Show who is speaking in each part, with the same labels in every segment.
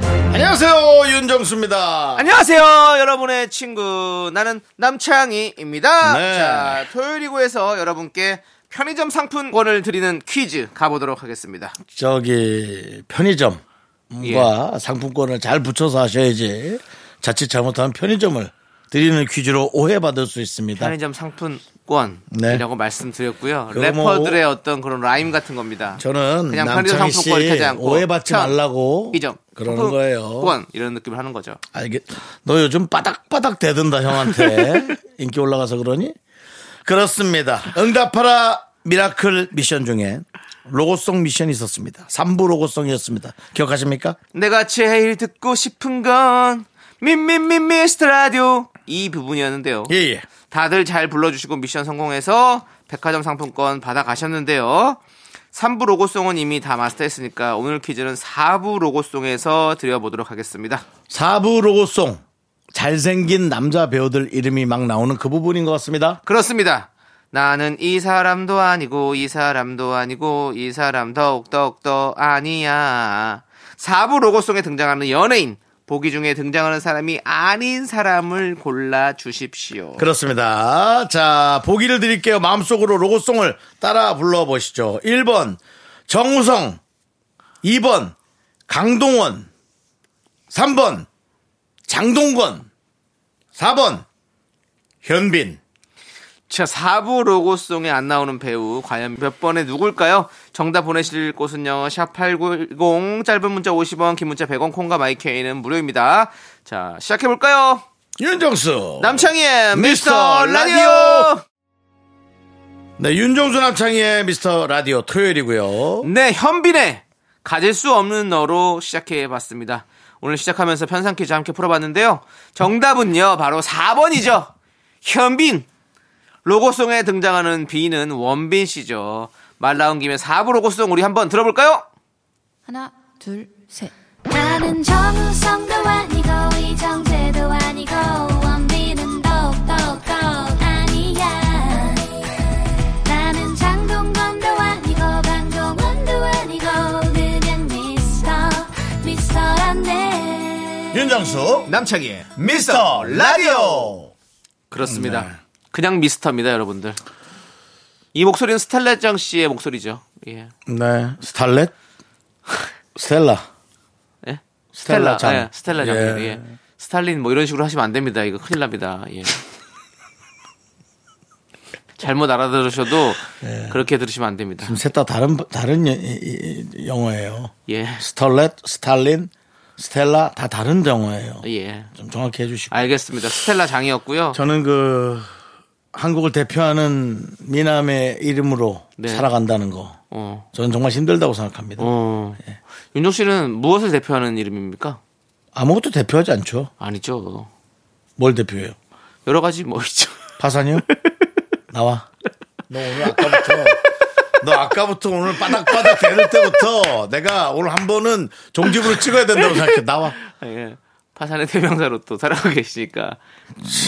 Speaker 1: 안녕하세요 윤정수입니다.
Speaker 2: 안녕하세요, 여러분의 친구. 나는 남창희입니다.
Speaker 1: 네.
Speaker 2: 자, 토요일이고에서 여러분께 편의점 상품권을 드리는 퀴즈 가보도록 하겠습니다.
Speaker 1: 저기 편의점과 예. 상품권을 잘 붙여서 하셔야지 자칫 잘못하면 편의점을 드리는 퀴즈로 오해받을 수 있습니다.
Speaker 2: 편의점 상품권이라고 말씀드렸고요.
Speaker 1: 네. 그거 뭐
Speaker 2: 래퍼들의 어떤 그런 라임 같은 겁니다.
Speaker 1: 저는
Speaker 2: 그냥 편의점
Speaker 1: 남창희 씨
Speaker 2: 상품권을 타지 않고
Speaker 1: 오해받지
Speaker 2: 천,
Speaker 1: 말라고
Speaker 2: 이점
Speaker 1: 그러는 거예요.
Speaker 2: 권 이런 느낌을 하는 거죠.
Speaker 1: 알겠. 아, 너 요즘 바닥바닥 대든다 형한테 인기 올라가서 그러니? 그렇습니다. 응답하라 미라클 미션 중에 로고송 미션이 있었습니다. 3부 로고송이었습니다. 기억하십니까?
Speaker 2: 내가 제일 듣고 싶은 건 민민민 미스터 라디오 이 부분이었는데요.
Speaker 1: 예 예.
Speaker 2: 다들 잘 불러주시고 미션 성공해서 백화점 상품권 받아가셨는데요. 3부 로고송은 이미 다 마스터했으니까 오늘 퀴즈는 4부 로고송에서 드려보도록 하겠습니다.
Speaker 1: 4부 로고송 잘생긴 남자 배우들 이름이 막 나오는 그 부분인 것 같습니다.
Speaker 2: 그렇습니다. 나는 이 사람도 아니고 이 사람도 아니고 이 사람 더욱더욱더 아니야. 4부 로고송에 등장하는 연예인 보기 중에 등장하는 사람이 아닌 사람을 골라 주십시오.
Speaker 1: 그렇습니다. 자, 보기를 드릴게요. 마음속으로 로고송을 따라 불러보시죠. 1번 정우성 2번 강동원 3번 장동건 4번 현빈
Speaker 2: 자, 4부 로고송에 안 나오는 배우 과연 몇 번에 누굴까요? 정답 보내실 곳은요. 샵8910 짧은 문자 50원, 긴 문자 100원, 콩과 마이케이는 무료입니다. 자, 시작해 볼까요?
Speaker 1: 윤정수
Speaker 2: 남창희의 미스터
Speaker 1: 미스터
Speaker 2: 라디오.
Speaker 1: 네, 윤정수 남창희의 미스터 라디오 토요일이고요.
Speaker 2: 네, 현빈의 가질 수 없는 너로 시작해 봤습니다. 오늘 시작하면서 편상 퀴즈 함께 풀어봤는데요. 정답은요, 바로 4번이죠. 현빈. 로고송에 등장하는 B는 원빈 씨죠. 말 나온 김에 4부 로고송 우리 한번 들어볼까요?
Speaker 3: 하나, 둘, 셋.
Speaker 4: 나는 정우성도 아니고 이정재도 아니고 원빈은 더욱더 아니야 나는 장동건도 아니고 강동원도 아니고 그냥 미스터 미스터란데
Speaker 1: 윤정수 남창희의 미스터 라디오
Speaker 2: 그렇습니다. 네. 그냥 미스터입니다, 여러분들. 이 목소리는 스텔레장 씨의 목소리죠. 예.
Speaker 1: 네 스탈렛 스텔라
Speaker 2: 예?
Speaker 1: 스텔라 장.
Speaker 2: 예, 스텔라 장.
Speaker 1: 예.
Speaker 2: 예. 스탈린 뭐 이런 식으로 하시면 안 됩니다. 이거 큰일 납니다. 예. 잘못 알아들으셔도
Speaker 1: 예.
Speaker 2: 그렇게 들으시면 안 됩니다.
Speaker 1: 셋 다 다른 다른 여- 이- 이- 영어예요
Speaker 2: 예.
Speaker 1: 스탈렛 스탈린 스텔라 다 다른 영어예요
Speaker 2: 예.
Speaker 1: 좀 정확히 해주시고
Speaker 2: 알겠습니다. 스텔라 장이었고요.
Speaker 1: 저는 그 한국을 대표하는 미남의 이름으로
Speaker 2: 네.
Speaker 1: 살아간다는 거
Speaker 2: 어.
Speaker 1: 저는 정말 힘들다고 생각합니다
Speaker 2: 어.
Speaker 1: 예.
Speaker 2: 윤종 씨는 무엇을 대표하는 이름입니까?
Speaker 1: 아무것도 대표하지 않죠
Speaker 2: 아니죠.
Speaker 1: 뭘 대표해요
Speaker 2: 여러 가지 뭐 있죠.
Speaker 1: 파산이요? 나와. 너 오늘 아까부터 너 아까부터 오늘 바닥바닥 대를 때부터 내가 오늘 한 번은 종집으로 찍어야 된다고 생각해. 나와.
Speaker 2: 예. 파산의 대명사로 또 살아가고 계시니까.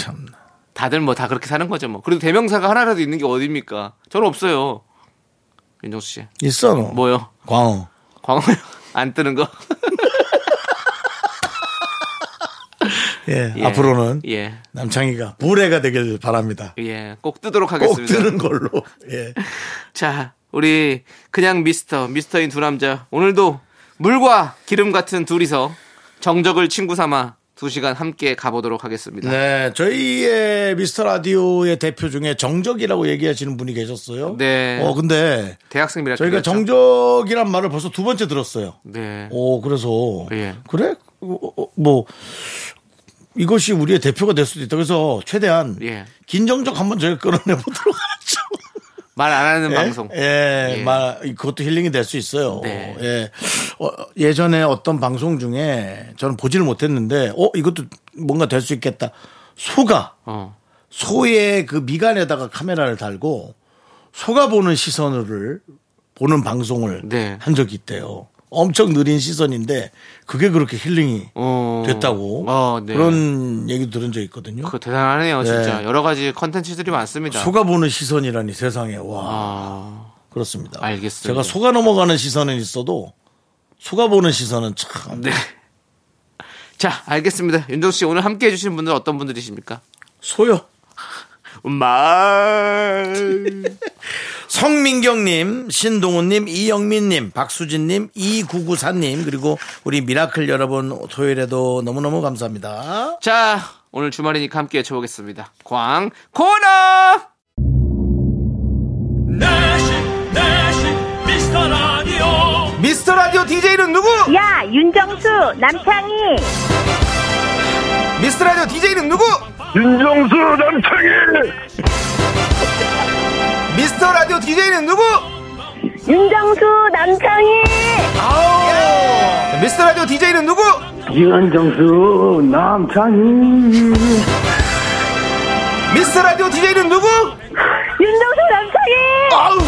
Speaker 1: 참나.
Speaker 2: 다들 뭐 다 그렇게 사는 거죠 뭐. 그래도 대명사가 하나라도 있는 게 어딥니까? 저는 없어요. 윤종수 씨.
Speaker 1: 있어 너.
Speaker 2: 뭐요?
Speaker 1: 광어.
Speaker 2: 광어 안 뜨는 거?
Speaker 1: 예.
Speaker 2: 예.
Speaker 1: 앞으로는
Speaker 2: 예.
Speaker 1: 남창희가 불해가 되길 바랍니다.
Speaker 2: 예. 꼭 뜨도록
Speaker 1: 꼭
Speaker 2: 하겠습니다.
Speaker 1: 드는 걸로. 예.
Speaker 2: 자, 우리 그냥 미스터, 미스터인 두 남자. 오늘도 물과 기름 같은 둘이서 정적을 친구 삼아 두 시간 함께 가보도록 하겠습니다.
Speaker 1: 네, 저희의 미스터 라디오의 대표 중에 정적이라고 얘기하시는 분이 계셨어요.
Speaker 2: 네. 그렇죠.
Speaker 1: 어, 근데
Speaker 2: 대학생이라
Speaker 1: 저희가 정적이란 말을 벌써 두 번째 들었어요.
Speaker 2: 네.
Speaker 1: 오, 그래서
Speaker 2: 예.
Speaker 1: 그래 어, 어, 뭐 이것이 우리의 대표가 될 수도 있다. 그래서 최대한
Speaker 2: 예.
Speaker 1: 긴정적 한번 저희가 끌어내 보도록 하죠.
Speaker 2: 말 안 하는 방송.
Speaker 1: 예,
Speaker 2: 예.
Speaker 1: 말 그것도 힐링이 될 수 있어요.
Speaker 2: 네.
Speaker 1: 예. 어, 예전에 어떤 방송 중에 저는 보지를 못했는데 어 이것도 뭔가 될 수 있겠다. 소가
Speaker 2: 어.
Speaker 1: 소의 그 미간에다가 카메라를 달고 소가 보는 시선을 보는 방송을
Speaker 2: 네.
Speaker 1: 한 적이 있대요. 엄청 느린 시선인데 그게 그렇게 힐링이
Speaker 2: 어.
Speaker 1: 됐다고
Speaker 2: 어, 네.
Speaker 1: 그런 얘기 들은 적 있거든요.
Speaker 2: 그거 대단하네요, 진짜.
Speaker 1: 네.
Speaker 2: 여러 가지 컨텐츠들이 많습니다.
Speaker 1: 소가 보는 시선이라니 세상에 와
Speaker 2: 아,
Speaker 1: 그렇습니다.
Speaker 2: 알겠습니다.
Speaker 1: 제가 소가 넘어가는 시선은 있어도 소가 보는 시선은 참
Speaker 2: 네. 자, 알겠습니다. 윤정 씨 오늘 함께 해주신 분들 어떤 분들이십니까?
Speaker 1: 소요.
Speaker 2: 말.
Speaker 1: 성민경님, 신동훈님, 이영민님, 박수진님, 이구구사님 그리고 우리 미라클 여러분 토요일에도 너무너무 감사합니다.
Speaker 2: 자, 오늘 주말이니까 함께 외쳐보겠습니다. 광, 코너!
Speaker 5: 내시 내시 미스터 라디오
Speaker 2: 미스터 라디오 DJ는 누구?
Speaker 6: 야, 윤정수, 남창희.
Speaker 2: 미스터 라디오 DJ는 누구?
Speaker 7: 윤정수 남창희
Speaker 2: 미스터 라디오 DJ는 누구?
Speaker 6: 윤정수, 남창희.
Speaker 2: 아우! 미스터 라디오 DJ는 누구?
Speaker 8: 윤정수 남창희
Speaker 2: 미스터 라디오 DJ는 누구?
Speaker 6: 윤정수, 남창희.
Speaker 2: 아우!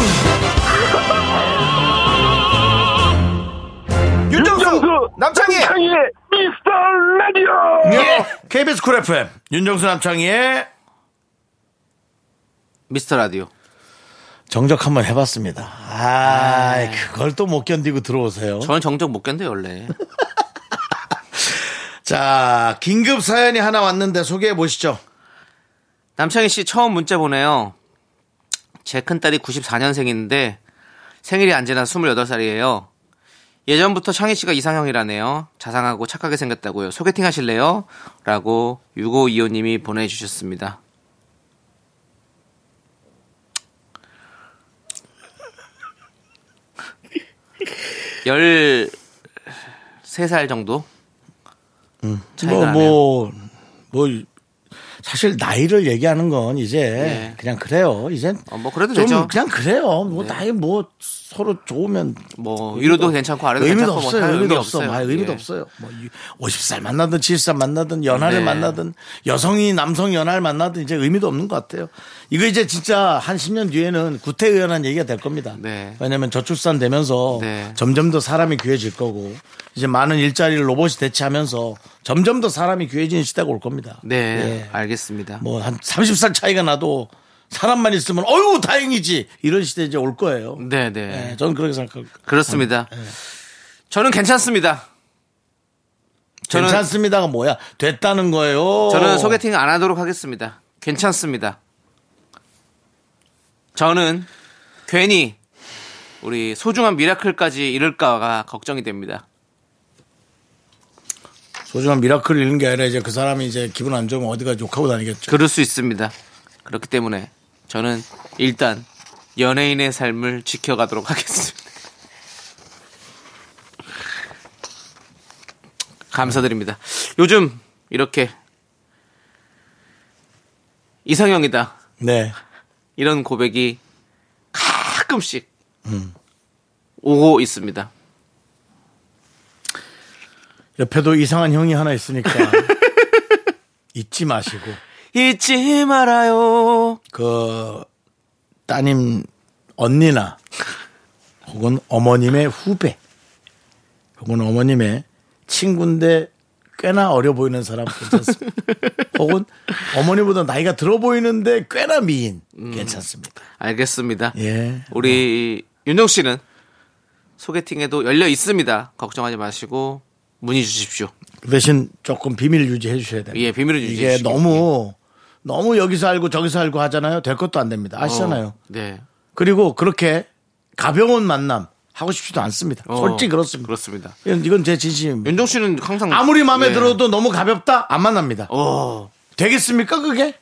Speaker 2: 윤정수! 남창희!
Speaker 8: 미스터 라디오
Speaker 2: 네.
Speaker 1: 예. KBS 쿨 FM 윤정수 남창희의
Speaker 2: 미스터 라디오.
Speaker 1: 정적 한번 해봤습니다. 아, 그걸 또 못 견디고 들어오세요.
Speaker 2: 네. 저는 정적 못 견뎌요, 원래.
Speaker 1: 자, 긴급 사연이 하나 왔는데 소개해 보시죠.
Speaker 2: 남창희 씨 처음 문자 보내요. 제 큰딸이 94년생인데 생일이 안 지나 28살이에요. 예전부터 창희 씨가 이상형이라네요. 자상하고 착하게 생겼다고요. 소개팅 하실래요? 라고 6525님이 보내주셨습니다. 열 세살 정도? 차이가
Speaker 1: 뭐,
Speaker 2: 나네요.
Speaker 1: 뭐, 뭐, 사실 나이를 얘기하는 건 이제
Speaker 2: 네.
Speaker 1: 그냥 그래요. 이제
Speaker 2: 어, 뭐 그래도
Speaker 1: 좀
Speaker 2: 되죠. 네.
Speaker 1: 그냥 그래요. 뭐 나이 뭐 서로 좋으면
Speaker 2: 뭐
Speaker 1: 의미도
Speaker 2: 위로도 괜찮고 아래도
Speaker 1: 의미도
Speaker 2: 괜찮고 뭐
Speaker 1: 없어요.
Speaker 2: 다
Speaker 1: 의미도
Speaker 2: 의미
Speaker 1: 없어.
Speaker 2: 없어요.
Speaker 1: 아, 의미도
Speaker 2: 예.
Speaker 1: 없어요. 뭐 50살 만나든 70살 만나든 연하를
Speaker 2: 네.
Speaker 1: 만나든 여성이 남성 연하를 만나든 이제 의미도 없는 것 같아요. 이거 이제 진짜 한 10년 뒤에는 구태의연한 얘기가 될 겁니다.
Speaker 2: 네.
Speaker 1: 왜냐하면 저출산 되면서
Speaker 2: 네.
Speaker 1: 점점 더 사람이 귀해질 거고 이제 많은 일자리를 로봇이 대체하면서 점점 더 사람이 귀해지는 시대가 올 겁니다.
Speaker 2: 네,
Speaker 1: 예.
Speaker 2: 알겠습니다.
Speaker 1: 뭐 한 30살 차이가 나도 사람만 있으면 어유 다행이지 이런 시대 이제 올 거예요.
Speaker 2: 네, 네.
Speaker 1: 예, 저는 그렇게 생각하고 아,
Speaker 2: 그렇습니다.
Speaker 1: 네.
Speaker 2: 저는 괜찮습니다. 저는
Speaker 1: 괜찮습니다가 그 뭐야 됐다는 거예요.
Speaker 2: 저는 소개팅 안 하도록 하겠습니다. 괜찮습니다. 저는 괜히 우리 소중한 미라클까지 이럴까가 걱정이 됩니다.
Speaker 1: 소중한 미라클을 잃는 게 아니라 이제 그 사람이 이제 기분 안 좋으면 어디가 욕하고 다니겠죠.
Speaker 2: 그럴 수 있습니다. 그렇기 때문에 저는 일단 연예인의 삶을 지켜가도록 하겠습니다. 감사드립니다. 요즘 이렇게 이상형이다
Speaker 1: 네.
Speaker 2: 이런 고백이 가끔씩 오고 있습니다.
Speaker 1: 옆에도 이상한 형이 하나 있으니까 잊지 마시고
Speaker 2: 잊지 말아요.
Speaker 1: 그 따님 언니나 혹은 어머님의 후배 혹은 어머님의 친구인데 꽤나 어려 보이는 사람 괜찮습니다. 혹은 어머니보다 나이가 들어 보이는데 꽤나 미인 괜찮습니다.
Speaker 2: 알겠습니다.
Speaker 1: 예.
Speaker 2: 우리 윤정 씨는 소개팅에도 열려 있습니다. 걱정하지 마시고 문의 주십시오.
Speaker 1: 그 대신 조금 비밀 유지해 주셔야 됩니다.
Speaker 2: 예, 비밀을
Speaker 1: 이게
Speaker 2: 유지해 주시기
Speaker 1: 너무 너무 여기서 알고 저기서 알고 하잖아요. 될 것도 안 됩니다. 아시잖아요.
Speaker 2: 어, 네.
Speaker 1: 그리고 그렇게 가벼운 만남 하고 싶지도 않습니다.
Speaker 2: 어,
Speaker 1: 솔직히 그렇습니다.
Speaker 2: 그렇습니다.
Speaker 1: 이건, 이건 제 진심입니다.
Speaker 2: 윤정 씨는 항상
Speaker 1: 아무리 마음에
Speaker 2: 예.
Speaker 1: 들어도 너무 가볍다 안 만납니다.
Speaker 2: 어.
Speaker 1: 되겠습니까 그게?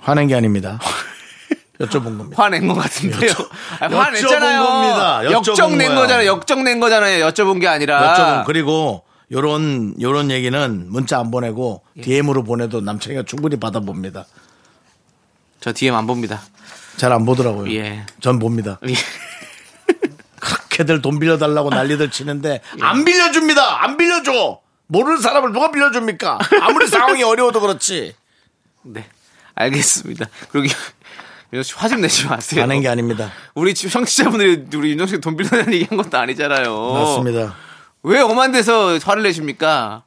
Speaker 1: 화낸 게 아닙니다. 여쭤본 겁니다.
Speaker 2: 화낸 것 같은데요. 아,
Speaker 1: 여쭤본
Speaker 2: 화냈잖아요.
Speaker 1: 겁니다. 여쭤본
Speaker 2: 역정 낸
Speaker 1: 거야.
Speaker 2: 거잖아요. 역정 낸 거잖아요. 여쭤본 게 아니라.
Speaker 1: 여쭤본 그리고 요런 요런 얘기는 문자 안 보내고
Speaker 2: 예.
Speaker 1: DM으로 보내도 남창이가 충분히 받아봅니다.
Speaker 2: 저 DM 안 봅니다.
Speaker 1: 잘 안 보더라고요.
Speaker 2: 예.
Speaker 1: 전 봅니다.
Speaker 2: 예.
Speaker 1: 그렇게들 돈 빌려달라고 난리들 치는데
Speaker 2: 예.
Speaker 1: 안 빌려줍니다. 안 빌려줘. 모르는 사람을 누가 빌려줍니까? 아무리 상황이 어려워도 그렇지.
Speaker 2: 네. 알겠습니다. 그리고 윤정 씨 화 좀 내지 마세요.
Speaker 1: 아는 게 아닙니다.
Speaker 2: 우리 지금 청취자분들이 우리 윤정 씨돈 빌려달라는 얘기 한 것도 아니잖아요.
Speaker 1: 맞습니다.
Speaker 2: 왜 엄한 데서 화를 내십니까?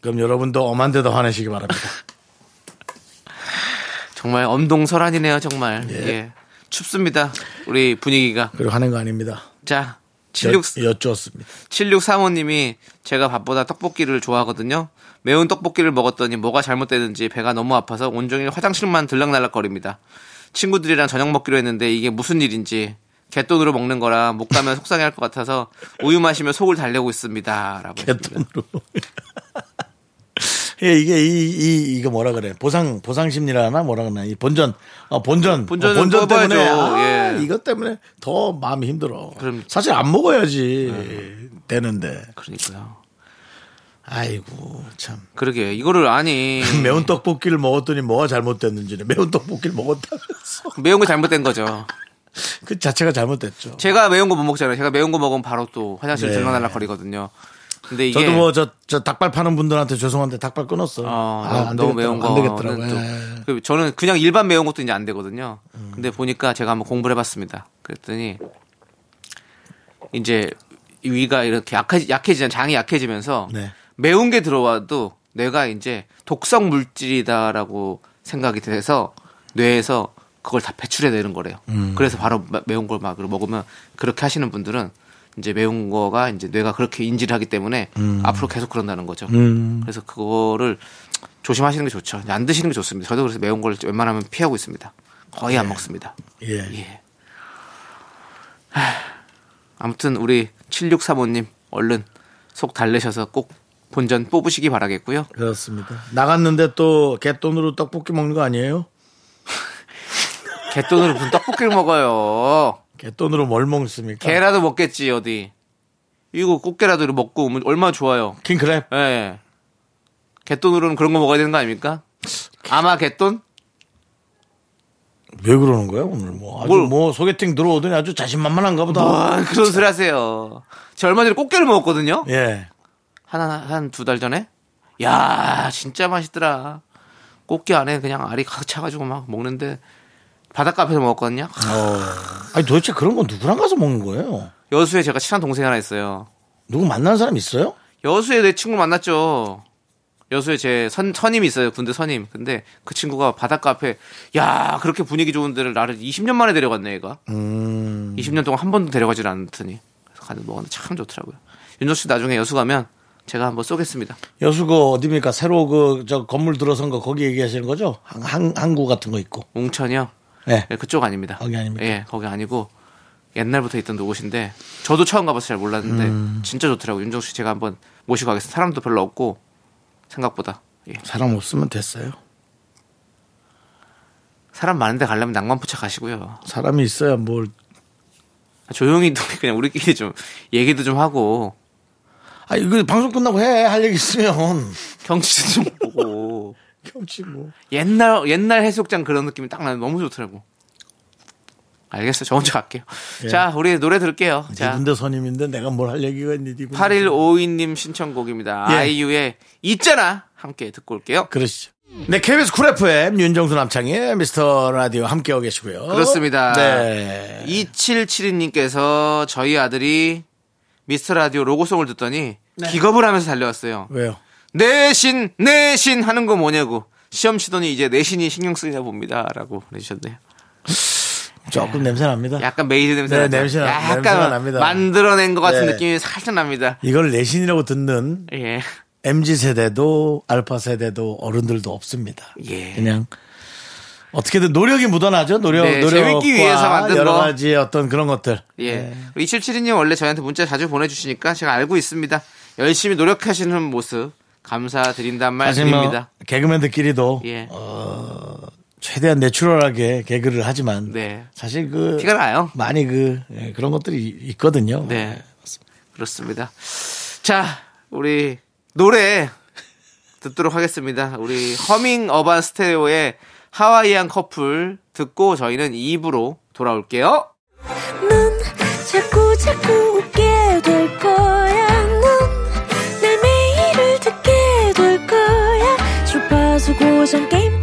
Speaker 1: 그럼 여러분도 엄한 데도 화내시기 바랍니다.
Speaker 2: 정말 엄동설한이네요, 정말. 예. 춥습니다. 우리 분위기가.
Speaker 1: 그리고 하는 거 아닙니다.
Speaker 2: 자,
Speaker 1: 여,
Speaker 2: 76
Speaker 1: 여쭈었습니다.
Speaker 2: 7635님이 제가 밥보다 떡볶이를 좋아하거든요. 매운 떡볶이를 먹었더니 뭐가 잘못되는지 배가 너무 아파서 온종일 화장실만 들락날락거립니다. 친구들이랑 저녁 먹기로 했는데 이게 무슨 일인지 갯돈으로 먹는 거라 못 가면 속상해할 것 같아서 우유 마시며 속을 달래고 있습니다. 라고 했습니다.
Speaker 1: 개돈으로. 예, 이게 이, 이 이거 뭐라 그래? 보상 보상 심리라나 뭐라 그러나? 이 본전 어, 본전
Speaker 2: 본전은
Speaker 1: 어, 본전
Speaker 2: 뽑아야죠.
Speaker 1: 때문에 아,
Speaker 2: 예.
Speaker 1: 이것 때문에 더 마음이 힘들어.
Speaker 2: 그럼- 네.
Speaker 1: 사실 안 먹어야지 되는데.
Speaker 2: 그러니까요.
Speaker 1: 아이고 참
Speaker 2: 그러게 이거를 아니
Speaker 1: 매운 떡볶이를 먹었더니 뭐가 잘못됐는지는 매운 떡볶이를 먹었다면서
Speaker 2: 매운 게 잘못된 거죠.
Speaker 1: 그 자체가 잘못됐죠.
Speaker 2: 제가 매운 거 못 먹잖아요. 제가 매운 거 먹으면 바로 또 화장실
Speaker 1: 네.
Speaker 2: 들락날락거리거든요. 근데 이게
Speaker 1: 저도 뭐 저 저 닭발 파는 분들한테 죄송한데 닭발 끊었어.
Speaker 2: 어,
Speaker 1: 아,
Speaker 2: 너무,
Speaker 1: 안 되겠더라고,
Speaker 2: 너무 매운 거.
Speaker 1: 안 되겠더라고요.
Speaker 2: 또,
Speaker 1: 예. 음.
Speaker 2: 그 저는 그냥 일반 매운 것도 이제 안 되거든요. 근데 보니까 제가 한번 공부를 해봤습니다. 그랬더니 이제 위가 이렇게 약해, 약해지는 장이 약해지면서
Speaker 1: 네.
Speaker 2: 매운 게 들어와도 뇌가 이제 독성 물질이다라고 생각이 돼서 뇌에서 그걸 다 배출해내는 거래요. 그래서 바로 마- 매운 걸 막 먹으면 그렇게 하시는 분들은 이제 매운 거가 이제 뇌가 그렇게 인지를 하기 때문에 앞으로 계속 그런다는 거죠. 그래서 그거를 조심하시는 게 좋죠. 안 드시는 게 좋습니다. 저도 그래서 매운 걸 웬만하면 피하고 있습니다. 거의 안 먹습니다.
Speaker 1: 예.
Speaker 2: 예. 하, 아무튼 우리 7635님 얼른 속 달래셔서 꼭 본전 뽑으시기 바라겠고요.
Speaker 1: 그렇습니다. 나갔는데 또 갯돈으로 떡볶이 먹는 거 아니에요?
Speaker 2: 개돈으로 무슨 떡볶이를 먹어요.
Speaker 1: 갯돈으로 뭘 먹습니까?
Speaker 2: 개라도 먹겠지 어디. 이거 꽃게라도 먹고 오면 얼마나 좋아요.
Speaker 1: 킹크랩.
Speaker 2: 예, 예. 개돈으로는 그런 거 먹어야 되는 거 아닙니까? 아마 개돈?
Speaker 1: 왜 그러는 거야 오늘 뭐 아주
Speaker 2: 뭘-
Speaker 1: 뭐 소개팅 들어오더니 아주 자신만만한가 보다.
Speaker 2: 아, 그런 소리 하세요. 제가 얼마 전에 꽃게를 먹었거든요.
Speaker 1: 예.
Speaker 2: 한 한 두 달 전에. 야, 진짜 맛있더라. 꽃게 안에 그냥 알이 가득 차가지고 막 먹는데 바닷가 앞에서 먹었거든요.
Speaker 1: 어. 아니 도대체 그런 거 누구랑 가서 먹는 거예요?
Speaker 2: 여수에 제가 친한 동생 하나 있어요.
Speaker 1: 누구 만난 사람 있어요?
Speaker 2: 여수에 내 친구 만났죠. 여수에 제 선, 선임이 있어요. 군대 선임. 근데 그 친구가 바닷가 앞에 야 그렇게 분위기 좋은 데를 나를 20년 만에 데려갔네 얘가. 20년 동안 한 번도 데려가질 않더니 그래서 가서 먹었는데 참 좋더라고요. 윤정 씨 나중에 여수 가면 제가 한번 쏘겠습니다.
Speaker 1: 여수고 어디입니까? 새로 그 저 건물 들어선 거 거기 얘기하시는 거죠? 한, 한, 항구 같은 거 있고.
Speaker 2: 웅천이요.
Speaker 1: 예.
Speaker 2: 예, 그쪽 아닙니다.
Speaker 1: 거기 아닙니까?
Speaker 2: 예, 거기 아니고 옛날부터 있던 누구신데 저도 처음 가봐서 잘 몰랐는데 진짜 좋더라고요. 윤정 씨 제가 한번 모시고 가겠습니다. 사람도 별로 없고 생각보다 예.
Speaker 1: 사람 없으면 됐어요.
Speaker 2: 사람 많은데 가려면 낭만포차 가시고요.
Speaker 1: 사람이 있어야 뭘.
Speaker 2: 조용히 또 그냥 우리끼리 좀 얘기도 좀 하고
Speaker 1: 아 이거 방송 끝나고 해 할 얘기 있으면.
Speaker 2: 경치도 좀 보고
Speaker 1: 경치 뭐.
Speaker 2: 옛날 옛날 해수욕장 그런 느낌이 딱 나는 너무 좋더라고. 알겠어요. 저 혼자 갈게요.
Speaker 1: 예.
Speaker 2: 자, 우리 노래 들을게요.
Speaker 1: 네
Speaker 2: 자,
Speaker 1: 군대 선임인데 내가 뭘 할 얘기가 있니? 네 군대
Speaker 2: 8152님 신청곡입니다.
Speaker 1: 예.
Speaker 2: 아이유의 있잖아 함께 듣고 올게요.
Speaker 1: 그러시죠. 네, KBS 쿨 FM 윤정수 남창희 미스터 라디오 함께하고 계시고요.
Speaker 2: 그렇습니다.
Speaker 1: 어? 네.
Speaker 2: 2772님께서 저희 아들이 미스터 라디오 로고송을 듣더니 기겁을 하면서 달려왔어요.
Speaker 1: 네. 왜요?
Speaker 2: 내신 내신 하는 거 뭐냐고 시험 치더니 이제 내신이 신경 쓰이나 봅니다라고 보내주셨네요.
Speaker 1: 조금 냄새 납니다.
Speaker 2: 네. 약간 메이드 냄새
Speaker 1: 네,
Speaker 2: 나죠?
Speaker 1: 냄새 나-
Speaker 2: 약간
Speaker 1: 냄새가 납니다.
Speaker 2: 만들어낸 것 같은
Speaker 1: 네.
Speaker 2: 느낌이 살짝 납니다.
Speaker 1: 이걸 내신이라고 듣는
Speaker 2: 예,
Speaker 1: MZ 세대도 알파 세대도 어른들도 없습니다.
Speaker 2: 예.
Speaker 1: 그냥 어떻게든 노력이 묻어나죠. 노력,
Speaker 2: 네,
Speaker 1: 노력과
Speaker 2: 재밌기 위해서 만든
Speaker 1: 여러
Speaker 2: 거.
Speaker 1: 가지 어떤 그런 것들. 네.
Speaker 2: 예. 우리 2772님 원래 저희한테 문자 자주 보내주시니까 제가 알고 있습니다. 열심히 노력하시는 모습 감사드린단
Speaker 1: 사실 뭐
Speaker 2: 말씀입니다.
Speaker 1: 개그맨들끼리도 어,
Speaker 2: 예.
Speaker 1: 최대한 내추럴하게 개그를 하지만
Speaker 2: 네.
Speaker 1: 사실 그
Speaker 2: 티가 나요.
Speaker 1: 많이 그 예, 그런 것들이 있거든요.
Speaker 2: 네. 그렇습니다. 자, 우리 노래 듣도록 하겠습니다. 우리 허밍 어반 스테레오의 하와이안 커플 듣고 저희는 2부로 돌아올게요.
Speaker 9: 넌 자꾸 자꾸 웃게 될 거야. 넌내 매일을 듣게 될 거야. 주파수 고정 게임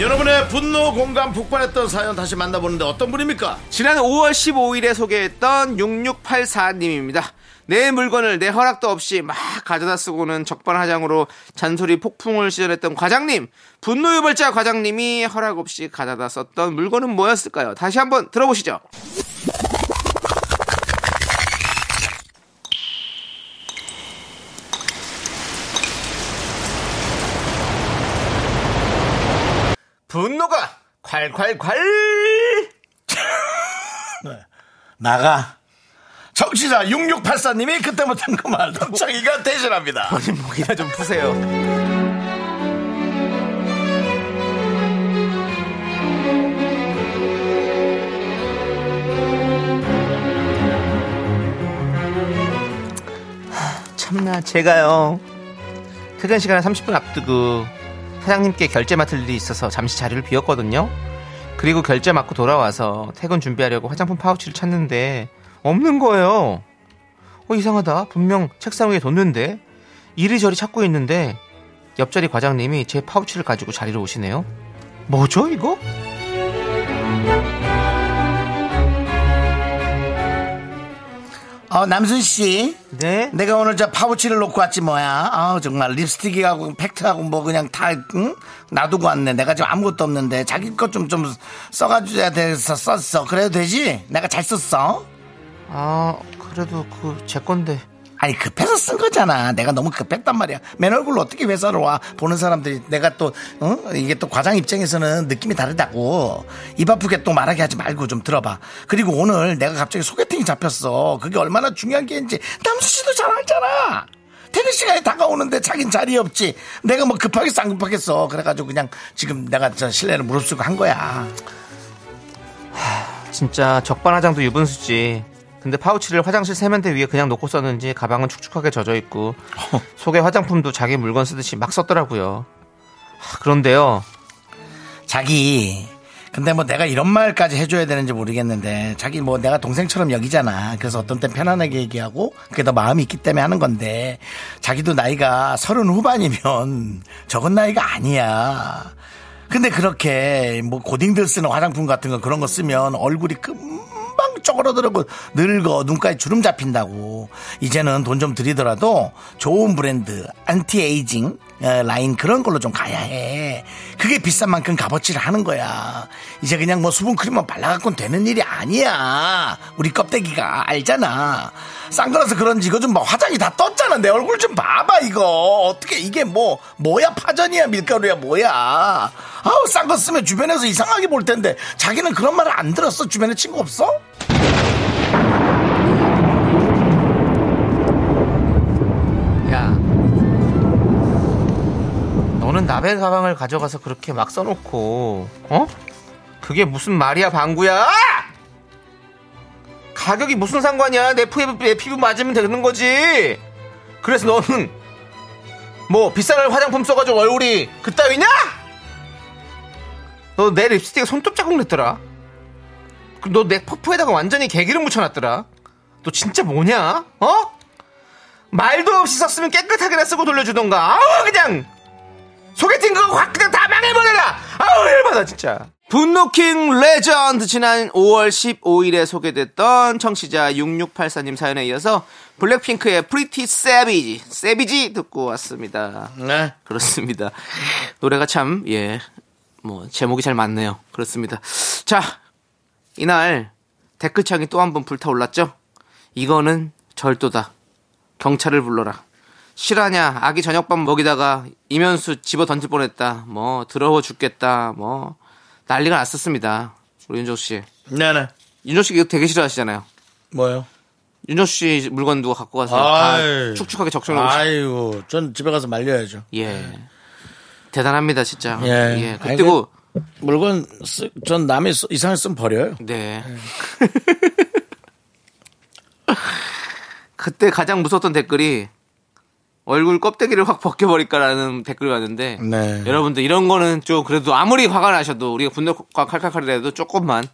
Speaker 1: 여러분의 분노 공감 폭발했던 사연 다시 만나보는데 어떤 분입니까?
Speaker 2: 지난 5월 15일에 소개했던 6684님입니다. 내 물건을 내 허락도 없이 막 가져다 쓰고는 적반하장으로 잔소리 폭풍을 시전했던 과장님, 분노유발자 과장님이 허락 없이 가져다 썼던 물건은 뭐였을까요? 다시 한번 들어보시죠. 분노가 콸콸콸!
Speaker 1: 나가 정치자 6684님이 그때 못한 그말 남창희가 대신합니다
Speaker 2: 본인 목이나 좀 푸세요. 하, 참나 제가요 퇴근 시간에 30분 앞두고 사장님께 결제 맡을 일이 있어서 잠시 자리를 비웠거든요. 그리고 결제 맡고 돌아와서 퇴근 준비하려고 화장품 파우치를 찾는데 없는 거예요. 어, 이상하다. 분명 책상 위에 뒀는데 이리저리 찾고 있는데 옆자리 과장님이 제 파우치를 가지고 자리로 오시네요. 뭐죠 이거?
Speaker 1: 어 남순씨
Speaker 2: 네.
Speaker 1: 내가 오늘 저 파우치를 놓고 왔지 뭐야 아 정말 립스틱하고 팩트하고 뭐 그냥 다 응? 놔두고 왔네 내가 지금 아무것도 없는데 자기 것 좀 좀 써가줘야 돼서 썼어 그래도 되지? 내가 잘 썼어?
Speaker 2: 아 그래도 그 제 건데.
Speaker 1: 아니 급해서 쓴 거잖아. 내가 너무 급했단 말이야. 맨 얼굴로 어떻게 회사를 와 보는 사람들이 내가 또 어? 이게 또 과장 입장에서는 느낌이 다르다고 입 아프게 또 말하게 하지 말고 좀 들어봐. 그리고 오늘 내가 갑자기 소개팅이 잡혔어. 그게 얼마나 중요한 게인지 남수 씨도 잘 알잖아. 퇴근 시간이 다가오는데 자긴 자리 없지. 내가 뭐 급하게 안 급하겠어. 그래가지고 그냥 지금 내가 저 실례를 무릅쓰고 한 거야.
Speaker 2: 진짜 적반하장도 유분수지. 근데 파우치를 화장실 세면대 위에 그냥 놓고 썼는지 가방은 축축하게 젖어 있고 속에 화장품도 자기 물건 쓰듯이 막 썼더라고요. 하, 그런데요.
Speaker 1: 자기 근데 뭐 내가 이런 말까지 해줘야 되는지 모르겠는데 자기 뭐 내가 동생처럼 여기잖아 그래서 어떤 땐 편안하게 얘기하고 그게 더 마음이 있기 때문에 하는 건데 자기도 나이가 서른 후반이면 적은 나이가 아니야 근데 그렇게 뭐 고딩들 쓰는 화장품 같은 거 그런 거 쓰면 얼굴이 금방 쪼그러들고 늙어 눈가에 주름 잡힌다고 이제는 돈 좀 들이더라도 좋은 브랜드 안티에이징 어, 라인 그런 걸로 좀 가야 해 그게 비싼 만큼 값어치를 하는 거야 이제 그냥 뭐 수분 크림만 발라갖고는 되는 일이 아니야 우리 껍데기가 알잖아 싼 거라서 그런지 이거 좀 봐 화장이 다 떴잖아 내 얼굴 좀 봐봐 이거 어떻게 이게 뭐 뭐야 파전이야 밀가루야 뭐야 아우 싼 거 쓰면 주변에서 이상하게 볼 텐데 자기는 그런 말을 안 들었어 주변에 친구 없어?
Speaker 2: 야, 너는 남의 가방을 가져가서 그렇게 막 써놓고, 어? 그게 무슨 말이야, 방구야? 가격이 무슨 상관이야? 내 피부, 내 피부 맞으면 되는 거지. 그래서 너는 뭐 비싼 화장품 써가지고 얼굴이 그따위냐? 너 내 립스틱에 손톱 자국 냈더라. 그 너 내 퍼프에다가 완전히 개기름 묻혀놨더라. 너 진짜 뭐냐? 어? 말도 없이 썼으면 깨끗하게나 쓰고 돌려주던가. 아우 그냥 소개팅 그거 확 그냥 다 망해버려라. 아우 열받아 진짜. 분노킹 레전드 지난 5월 15일에 소개됐던 청취자 6684님 사연에 이어서 블랙핑크의 프리티 세비지 세비지 듣고 왔습니다.
Speaker 1: 네
Speaker 2: 그렇습니다. 노래가 참, 예, 뭐, 제목이 잘 맞네요. 그렇습니다. 자, 이날 댓글창이 또 한 번 불타올랐죠? 이거는 절도다. 경찰을 불러라. 실하냐 아기 저녁밥 먹이다가 이면수 집어 던질 뻔했다 뭐 더러워 죽겠다 뭐 난리가 났었습니다 우리 윤종 씨
Speaker 1: 네네.
Speaker 2: 윤종 씨 이거 되게 싫어하시잖아요
Speaker 1: 뭐요?
Speaker 2: 윤종 씨 물건 누가 갖고 가서 다
Speaker 1: 아이.
Speaker 2: 축축하게 적셔놓고
Speaker 1: 아이고, 전 집에 가서 말려야죠.
Speaker 2: 예 대단합니다 진짜
Speaker 1: 예.
Speaker 2: 예
Speaker 1: 아니,
Speaker 2: 그때고
Speaker 1: 물건 쓰, 전 남이 쓰, 이상을 쓰면 버려요.
Speaker 2: 네. 그때 가장 무서웠던 댓글이 얼굴 껍데기를 확 벗겨버릴까라는 댓글이 왔는데
Speaker 1: 네.
Speaker 2: 여러분들 이런 거는 좀 그래도 아무리 화가 나셔도 우리가 분노가 칼칼칼이라도 조금만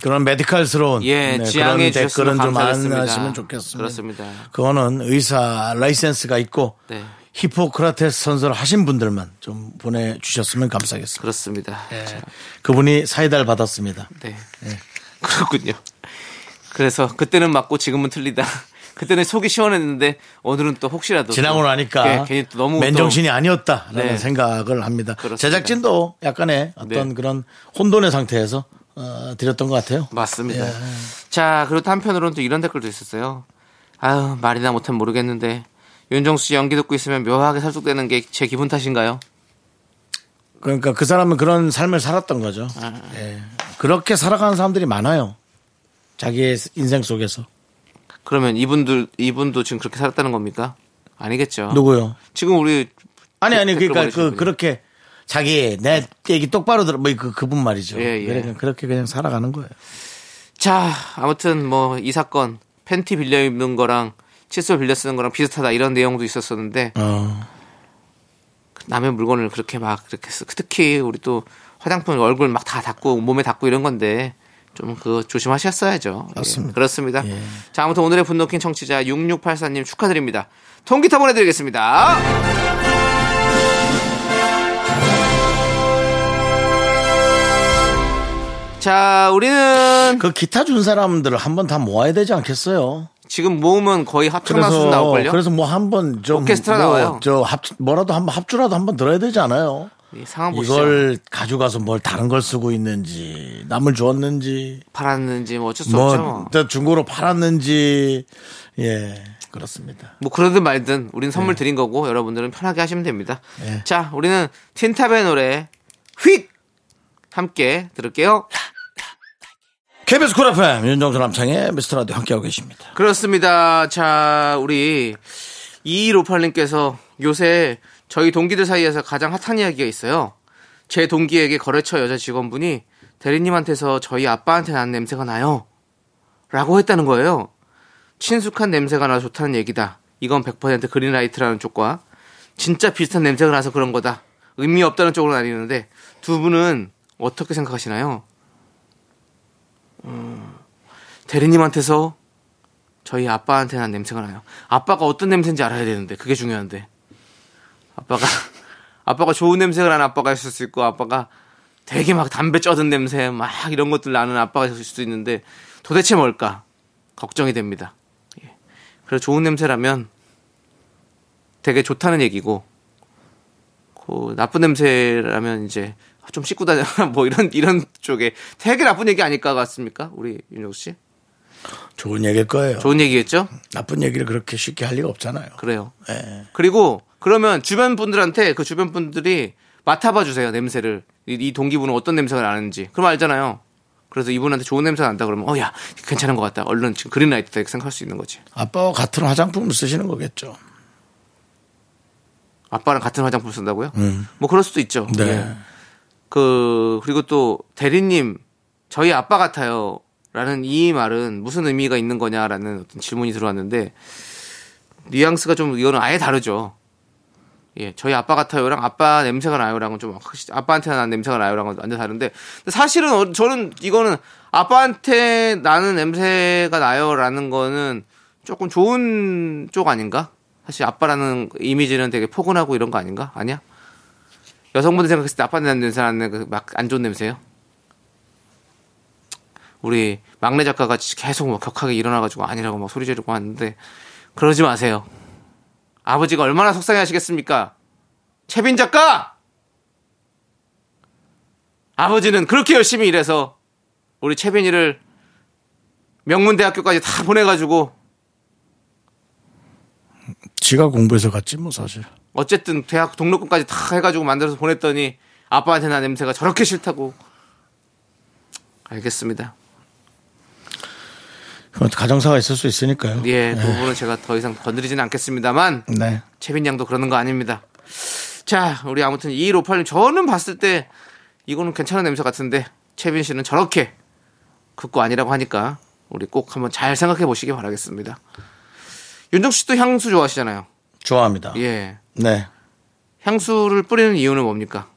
Speaker 1: 그런 메디컬스러운
Speaker 2: 예
Speaker 1: 네,
Speaker 2: 지양해
Speaker 1: 그런
Speaker 2: 주셨으면
Speaker 1: 댓글은 좀 안
Speaker 2: 감사하겠습니다.
Speaker 1: 하시면 좋겠습니다.
Speaker 2: 그렇습니다.
Speaker 1: 그거는 의사 라이센스가 있고
Speaker 2: 네.
Speaker 1: 히포크라테스 선서를 하신 분들만 좀 보내주셨으면 감사하겠습니다.
Speaker 2: 그렇습니다.
Speaker 1: 네.
Speaker 2: 자,
Speaker 1: 그분이 사이다를 받았습니다.
Speaker 2: 네. 그렇군요. 그래서 그때는 맞고 지금은 틀리다. 그때는 속이 시원했는데 오늘은 또 혹시라도
Speaker 1: 지나고
Speaker 2: 또,
Speaker 1: 나니까
Speaker 2: 예, 괜히 또 너무
Speaker 1: 맨정신이 아니었다라는
Speaker 2: 네.
Speaker 1: 생각을 합니다.
Speaker 2: 그렇습니다.
Speaker 1: 제작진도 약간의 어떤
Speaker 2: 네.
Speaker 1: 그런 혼돈의 상태에서 어, 드렸던 것 같아요.
Speaker 2: 맞습니다.
Speaker 1: 예.
Speaker 2: 자, 그리고 또 한편으로는 또 이런 댓글도 있었어요. 아유, 말이나 못하면 모르겠는데, 윤정수 씨 연기 듣고 있으면 묘하게 설득되는 게 제 기분 탓인가요?
Speaker 1: 그러니까 그 사람은 그런 삶을 살았던 거죠.
Speaker 2: 아.
Speaker 1: 예. 그렇게 살아가는 사람들이 많아요. 자기의 인생 속에서
Speaker 2: 그러면 이분들, 이분도 지금 그렇게 살았다는 겁니까? 아니겠죠.
Speaker 1: 누구요?
Speaker 2: 지금 우리,
Speaker 1: 아니 아니
Speaker 2: 댓글
Speaker 1: 그러니까 그
Speaker 2: 보내주신
Speaker 1: 그렇게 자기 내 얘기 똑바로 들어 뭐그 그분 말이죠.
Speaker 2: 예, 예.
Speaker 1: 그러니까 그렇게 그냥 살아가는 거예요.
Speaker 2: 자, 아무튼 뭐 이 사건, 팬티 빌려 입는 거랑 칫솔 빌려 쓰는 거랑 비슷하다 이런 내용도 있었었는데,
Speaker 1: 어.
Speaker 2: 남의 물건을 그렇게 막 그렇게 쓰, 특히 우리 또 화장품 얼굴 막 다 닦고 몸에 닦고 이런 건데 좀 그거 조심하셨어야죠. 맞습니다. 그렇습니다.
Speaker 1: 예.
Speaker 2: 자, 아무튼 오늘의 분노킹 청취자 6684님 축하드립니다. 통기타 보내드리겠습니다. 자, 우리는
Speaker 1: 그 기타 준 사람들을 한 번 다 모아야 되지 않겠어요?
Speaker 2: 지금 모으면 거의 합창단 수준
Speaker 1: 그래서
Speaker 2: 나올걸요?
Speaker 1: 그래서 뭐 한 번 좀
Speaker 2: 오케스트라
Speaker 1: 뭐
Speaker 2: 나와요.
Speaker 1: 저 합, 뭐라도 한번 합주라도 한 번 들어야 되지 않아요?
Speaker 2: 이 상황 보시죠.
Speaker 1: 이걸 가져가서 뭘 다른 걸 쓰고 있는지 남을 주었는지
Speaker 2: 팔았는지 뭐 어쩔 수
Speaker 1: 뭐
Speaker 2: 없죠. 뭐.
Speaker 1: 일단 중고로 팔았는지 예 그렇습니다.
Speaker 2: 뭐 그러든 말든 우린 선물 드린 거고 여러분들은 편하게 하시면 됩니다. 자, 우리는 틴탑의 노래 휙 함께 들을게요.
Speaker 1: KBS 쿨 FM 윤정수 남창의 미스터 라디오 함께하고 계십니다.
Speaker 2: 그렇습니다. 자, 우리 2158님께서 요새 저희 동기들 사이에서 가장 핫한 이야기가 있어요. 제 동기에게 거래처 여자 직원분이 대리님한테서 저희 아빠한테 난 냄새가 나요. 라고 했다는 거예요. 친숙한 냄새가 나서 좋다는 얘기다. 이건 100% 그린라이트라는 쪽과 진짜 비슷한 냄새가 나서 그런 거다. 의미 없다는 쪽으로 나뉘는데 두 분은 어떻게 생각하시나요? 음, 대리님한테서 저희 아빠한테 난 냄새가 나요. 아빠가 어떤 냄새인지 알아야 되는데 그게 중요한데 아빠가 아빠가 좋은 냄새가 나는 아빠가 있을 수 있고 아빠가 되게 막 담배 쩌든 냄새 막 이런 것들 나는 아빠가 있을 수도 있는데 도대체 뭘까 걱정이 됩니다. 예. 그래서 좋은 냄새라면 되게 좋다는 얘기고 그 나쁜 냄새라면 이제 좀 씻고 다녀라 뭐 이런 이런 쪽에 되게 나쁜 얘기 아닐까 같습니까 우리 윤정수 씨
Speaker 1: 좋은 얘기일 거예요.
Speaker 2: 좋은 얘기겠죠?
Speaker 1: 나쁜 얘기를 그렇게 쉽게 할 리가 없잖아요.
Speaker 2: 그래요.
Speaker 1: 예.
Speaker 2: 그리고 그러면 주변 분들한테 그 주변 분들이 맡아봐 주세요 냄새를 이, 이 동기분은 어떤 냄새가 나는지 그럼 알잖아요. 그래서 이분한테 좋은 냄새 가 난다 그러면 어야 괜찮은 것 같다. 얼른 지금 그린라이트다 이렇게 생각할 수 있는 거지.
Speaker 1: 아빠와 같은 화장품을 쓰시는 거겠죠.
Speaker 2: 아빠랑 같은 화장품 쓴다고요? 뭐 그럴 수도 있죠.
Speaker 1: 네.
Speaker 2: 예. 그 그리고 또 대리님 저희 아빠 같아요. 라는 이 말은 무슨 의미가 있는 거냐라는 어떤 질문이 들어왔는데 뉘앙스가 좀 이거는 아예 다르죠. 예, 저희 아빠 같아요랑 아빠 냄새가 나요랑은 좀 확실히 아빠한테 난 냄새가 나요랑은 완전 다른데 근데 사실은 어- 저는 이거는 아빠한테 나는 냄새가 나요라는 거는 조금 좋은 쪽 아닌가? 사실 아빠라는 이미지는 되게 포근하고 이런 거 아닌가? 아니야? 여성분들 생각했을 때 아빠한테 나는 냄새 나는 그 막 안 좋은 냄새요? 우리 막내 작가가 계속 뭐 격하게 일어나가지고 아니라고 막 소리 지르고 하는데 그러지 마세요. 아버지가 얼마나 속상해 하시겠습니까? 채빈 작가! 아버지는 그렇게 열심히 일해서 우리 채빈이를 명문대학교까지 다 보내가지고
Speaker 1: 지가 공부해서 갔지 뭐 사실.
Speaker 2: 어쨌든 대학 등록금까지 다 해가지고 만들어서 보냈더니 아빠한테 나 냄새가 저렇게 싫다고. 알겠습니다.
Speaker 1: 그건 가정사가 있을 수 있으니까요.
Speaker 2: 예, 그 부분은 제가 더 이상 건드리지는 않겠습니다만
Speaker 1: 네.
Speaker 2: 채빈 양도 그러는 거 아닙니다. 자, 우리 아무튼 2158님 저는 봤을 때 이거는 괜찮은 냄새 같은데 채빈 씨는 저렇게 그거 아니라고 하니까 우리 꼭 한번 잘 생각해 보시기 바라겠습니다. 윤정 씨도 향수 좋아하시잖아요.
Speaker 1: 좋아합니다.
Speaker 2: 예.
Speaker 1: 네.
Speaker 2: 향수를 뿌리는 이유는 뭡니까?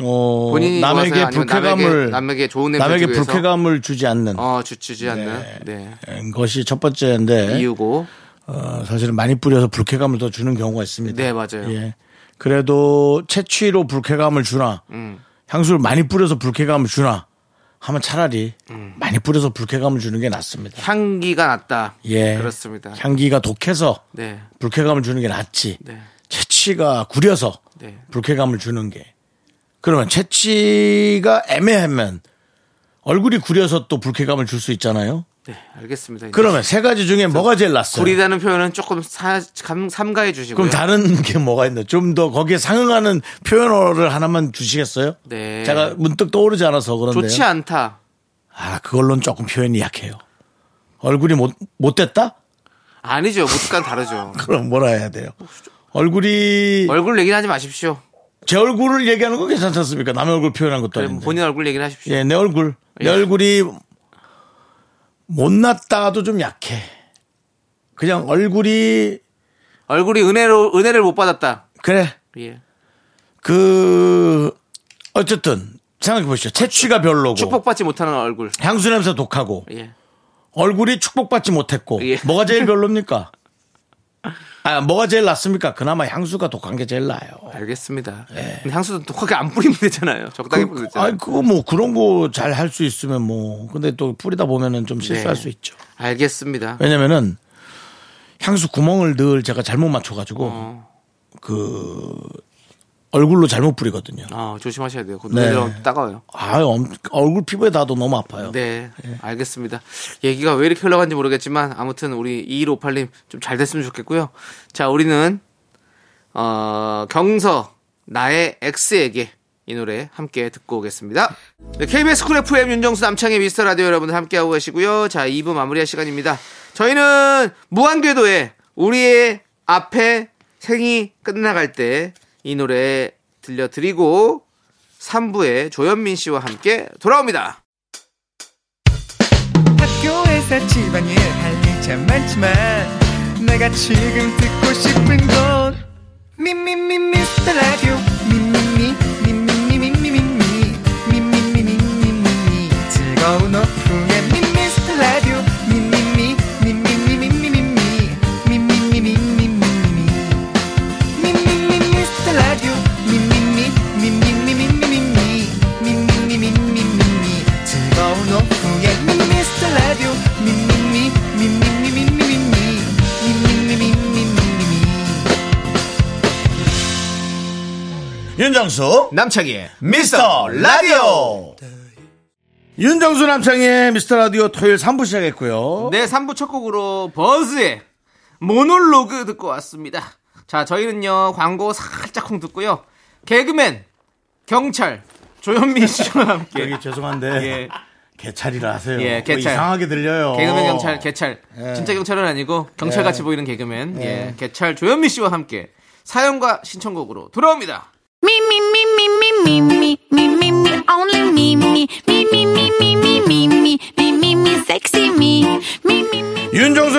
Speaker 1: 어,
Speaker 2: 본인이 좋아서요?
Speaker 1: 남에게
Speaker 2: 아니면
Speaker 1: 불쾌감을
Speaker 2: 남에게, 남에게 좋은 냄새
Speaker 1: 남에게
Speaker 2: 주기 위해서?
Speaker 1: 불쾌감을 주지 않는 음,
Speaker 2: 어, 주치지 않는 네.
Speaker 1: 것이 첫 번째인데
Speaker 2: 이유고.
Speaker 1: 어, 사실은 많이 뿌려서 불쾌감을 더 주는 경우가 있습니다.
Speaker 2: 네, 맞아요.
Speaker 1: 예. 그래도 채취로 불쾌감을 주나
Speaker 2: 음.
Speaker 1: 향수를 많이 뿌려서 불쾌감을 주나 하면 차라리
Speaker 2: 음.
Speaker 1: 많이 뿌려서 불쾌감을 주는 게 낫습니다.
Speaker 2: 향기가 났다.
Speaker 1: 예.
Speaker 2: 그렇습니다.
Speaker 1: 향기가 독해서
Speaker 2: 네.
Speaker 1: 불쾌감을 주는 게 낫지.
Speaker 2: 네.
Speaker 1: 채취가 구려서
Speaker 2: 네.
Speaker 1: 불쾌감을 주는 게. 그러면 채취가 애매하면 얼굴이 구려서 또 불쾌감을 줄 수 있잖아요.
Speaker 2: 네, 알겠습니다.
Speaker 1: 그러면 세 가지 중에 뭐가 제일 낫어요?
Speaker 2: 구리다는 표현은 조금 사, 감, 삼가해 주시고요.
Speaker 1: 그럼 다른 게 뭐가 있나? 좀 더 거기에 상응하는 표현어를 하나만 주시겠어요?
Speaker 2: 네.
Speaker 1: 제가 문득 떠오르지 않아서 그런데요.
Speaker 2: 좋지 않다.
Speaker 1: 아, 그걸로는 조금 표현이 약해요. 얼굴이 못, 못됐다?
Speaker 2: 아니죠. 무조건 다르죠.
Speaker 1: 그럼 뭐라 해야 돼요? 얼굴이
Speaker 2: 얼굴 얘기는 하지 마십시오.
Speaker 1: 제 얼굴을 얘기하는 건 괜찮지 않습니까? 남의 얼굴 표현한 것도
Speaker 2: 그럼
Speaker 1: 아닌데.
Speaker 2: 본인 얼굴 얘기는 하십시오.
Speaker 1: 네, 예, 내 얼굴. 내 얼굴이 못났다도 좀 약해. 그냥 얼굴이
Speaker 2: 얼굴이 은혜로, 은혜를 못 받았다.
Speaker 1: 그래.
Speaker 2: 예.
Speaker 1: 그 어쨌든 생각해 보시죠. 채취가 별로고
Speaker 2: 축복받지 못하는 얼굴.
Speaker 1: 향수 냄새 독하고
Speaker 2: 예.
Speaker 1: 얼굴이 축복받지 못했고
Speaker 2: 예.
Speaker 1: 뭐가 제일 별로입니까? 아, 뭐가 제일 낫습니까? 그나마 향수가 독한 게 제일 나아요.
Speaker 2: 알겠습니다. 근데 향수도 독하게 안 뿌리면 되잖아요. 적당히 뿌리면
Speaker 1: 예. 그, 아,
Speaker 2: 되잖아요.
Speaker 1: 그거 뭐 그런 거 잘 할 수 있으면 뭐 근데 또 뿌리다 보면은 좀 실수할
Speaker 2: 네.
Speaker 1: 수 있죠. 예.
Speaker 2: 알겠습니다.
Speaker 1: 왜냐면은 향수 구멍을 늘 제가 잘못 맞춰가지고
Speaker 2: 어.
Speaker 1: 그 얼굴로 잘못 뿌리거든요.
Speaker 2: 어, 조심하셔야 돼요. 그
Speaker 1: 네.
Speaker 2: 눈이 네. 따가워요.
Speaker 1: 아, 엄- 얼굴 피부에 닿아도 너무 아파요.
Speaker 2: 네, 알겠습니다. 얘기가 왜 이렇게 흘러간지 모르겠지만 아무튼 우리 2158님 좀 잘 됐으면 좋겠고요. 자, 우리는 어, 경서 나의 X에게 이 노래 함께 듣고 오겠습니다. 네, KBS 쿨 FM 윤정수 남창의 미스터 라디오 여러분들 함께하고 계시고요. 자, 2부 마무리할 시간입니다. 저희는 무한궤도에 우리의 앞에 생이 끝나갈 때 이 노래 들려드리고 3부에 조현민 씨와 함께 돌아옵니다.
Speaker 10: 학교에서 집안일 할 일 참 많지만 내가 지금 듣고 싶은 건 미미미 미스터 라디오 미미미 미미미 미미미 미미미 미미미 즐거운 오후에 미스터 라디오 미미미 미미미 미미미 미미미 미미미
Speaker 1: 윤정수
Speaker 2: 남창희의
Speaker 1: 미스터 라디오. 윤정수 남창의 미스터 라디오 토요일 3부 시작했고요.
Speaker 2: 네 3부 첫 곡으로 버즈의 모놀로그 듣고 왔습니다 자 저희는요 광고 살짝쿵 듣고요 개그맨 경찰 조현민 씨와 함께
Speaker 1: 여기 죄송한데
Speaker 2: 예,
Speaker 1: 개찰이라 하세요.
Speaker 2: 예,
Speaker 1: 뭐
Speaker 2: 개찰.
Speaker 1: 이상하게 들려요.
Speaker 2: 개그맨 경찰 개찰
Speaker 1: 어. 예.
Speaker 2: 진짜 경찰은 아니고 경찰같이
Speaker 1: 예.
Speaker 2: 보이는 개그맨 예,
Speaker 1: 예.
Speaker 2: 개찰 조현민 씨와 함께 사연과 신청곡으로 돌아옵니다
Speaker 9: Me, me, me, me, me, me, me, me, me, me, only me, me, me, me, me, me, me, me, me, me, me, me, sexy me, me, me, me.
Speaker 1: 윤정수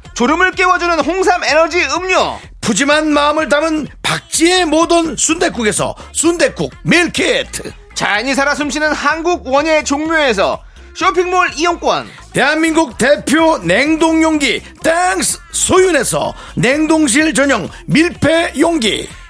Speaker 2: 졸음을 깨워주는 홍삼 에너지 음료
Speaker 1: 푸짐한 마음을 담은 박지의 모던 순댓국에서 순댓국 밀키트
Speaker 2: 자연이 살아 숨쉬는 한국 원예 종묘에서 쇼핑몰 이용권
Speaker 1: 대한민국 대표 냉동용기 땡스 소윤에서 냉동실 전용 밀폐용기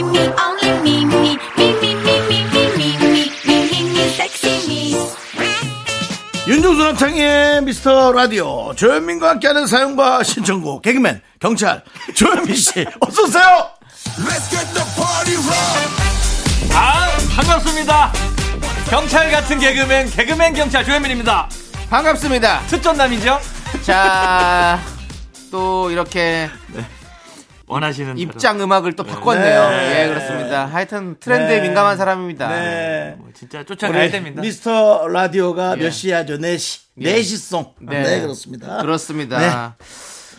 Speaker 9: me, only me, me, me, me, me, me, me, me, me, me, me, me, sexy me.
Speaker 1: 윤종수 남창의 미스터 라디오 조현민과 함께하는 사연과 신청곡 개그맨 경찰 조현민 씨 어서 오세요.
Speaker 5: 아 반갑습니다 경찰 같은 개그맨 개그맨 경찰 조현민입니다
Speaker 2: 반갑습니다.
Speaker 5: 특전남이죠
Speaker 2: 자, 또 이렇게
Speaker 5: 네. 원하시는 대로.
Speaker 2: 입장 음악을 또 바꿨네요. 예, 그렇습니다. 하여튼 트렌드에 민감한 사람입니다.
Speaker 1: 네.
Speaker 5: 진짜 뭐, 쫓아가야 됩니다 예.
Speaker 1: 미스터 라디오가
Speaker 2: 예.
Speaker 1: 몇 시야죠? 4시. 네. 시송 네.
Speaker 2: 네.
Speaker 1: 그렇습니다.
Speaker 2: 그렇습니다.
Speaker 5: 네.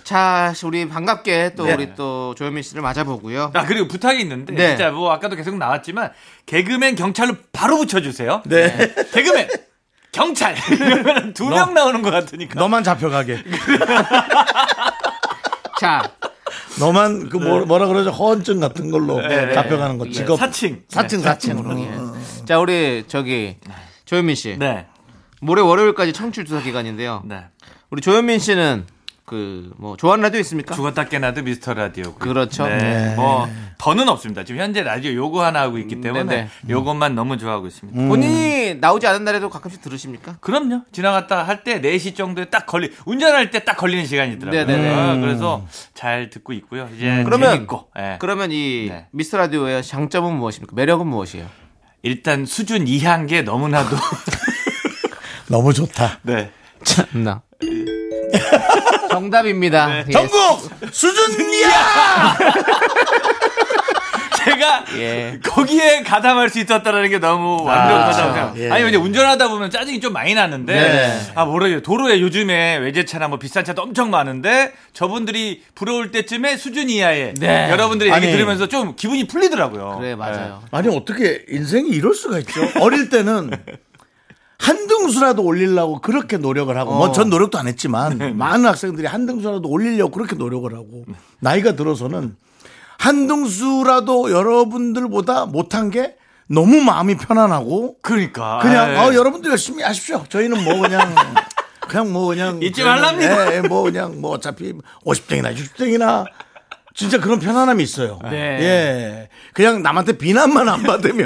Speaker 2: 자, 우리 반갑게 또 우리 또 조현민 씨를 맞아보고요.
Speaker 5: 아 그리고 부탁이 있는데
Speaker 2: 네.
Speaker 5: 진짜 뭐 아까도 계속 나왔지만 개그맨 경찰로 바로 붙여주세요
Speaker 1: 네.
Speaker 5: 개그맨 경찰 이러면 두 명 나오는 것 같으니까
Speaker 1: 너만 잡혀가게.
Speaker 2: 자,
Speaker 1: 너만 그
Speaker 5: 네.
Speaker 1: 뭐, 뭐라 그러죠? 허언증 같은 걸로 잡혀가는 거. 직업.
Speaker 5: 사칭
Speaker 1: 사칭, 사칭으로. 어.
Speaker 2: 자 우리 저기 조현민 씨.
Speaker 5: 네.
Speaker 2: 모레 월요일까지 청취 조사 기간인데요.
Speaker 5: 네.
Speaker 2: 우리 조현민 씨는 그 뭐 좋아하는 라디오 있습니까?
Speaker 5: 죽었다 깨나도 미스터 라디오.
Speaker 2: 그렇죠.
Speaker 5: 네. 뭐 더는 없습니다. 지금 현재 라디오 요거 하나 하고 있기 때문에
Speaker 2: 네네.
Speaker 5: 요것만 너무 좋아하고 있습니다.
Speaker 2: 본인이 나오지 않은 날에도 가끔씩 들으십니까?
Speaker 5: 그럼요. 지나갔다 할 때 4시 정도에 딱 걸리 운전할 때 딱 걸리는 시간이더라고요.
Speaker 2: 네네네.
Speaker 5: 아, 그래서 잘 듣고 있고요. 이제
Speaker 2: 그러면
Speaker 5: 재밌고. 예.
Speaker 2: 그러면 이
Speaker 5: 네.
Speaker 2: 미스터 라디오의 장점은 무엇입니까? 매력은 무엇이에요?
Speaker 5: 일단 수준 이하인 게 너무나도
Speaker 1: 너무 좋다.
Speaker 5: 네.
Speaker 2: 참나. 정답입니다. 예.
Speaker 1: 전국 수준이야!
Speaker 5: 제가
Speaker 2: 예.
Speaker 5: 거기에 가담할 수 있었다라는 게 너무 완벽하다고 생각.
Speaker 1: 예.
Speaker 5: 아니 이제 운전하다 보면 짜증이 좀 많이 나는데
Speaker 1: 네.
Speaker 5: 아 모르겠어요. 도로에 요즘에 외제차나 뭐 비싼 차도 엄청 많은데 저분들이 부러울 때쯤에 수준 이하의
Speaker 2: 네.
Speaker 5: 여러분들의 얘기
Speaker 1: 아니.
Speaker 5: 들으면서 좀 기분이 풀리더라고요.
Speaker 2: 그래 네, 맞아요.
Speaker 1: 아니, 어떻게 인생이 이럴 수가 있죠? 어릴 때는 한 등수라도 올리려고 그렇게 노력을 하고, 뭐 전 노력도 안 했지만, 많은 학생들이 한 등수라도 올리려고 그렇게 노력을 하고, 나이가 들어서는 한 등수라도 여러분들보다 못한 게 너무 마음이 편안하고,
Speaker 5: 그러니까
Speaker 1: 그냥
Speaker 5: 예.
Speaker 1: 어, 여러분들 열심히 하십시오. 저희는 뭐 그냥 그냥 뭐 그냥
Speaker 5: 잊지
Speaker 1: 그냥,
Speaker 5: 말랍니다.
Speaker 1: 예, 예, 뭐 그냥 뭐 어차피 50등이나 60등이나 진짜 그런 편안함이 있어요. 예. 그냥 남한테 비난만 안 받으면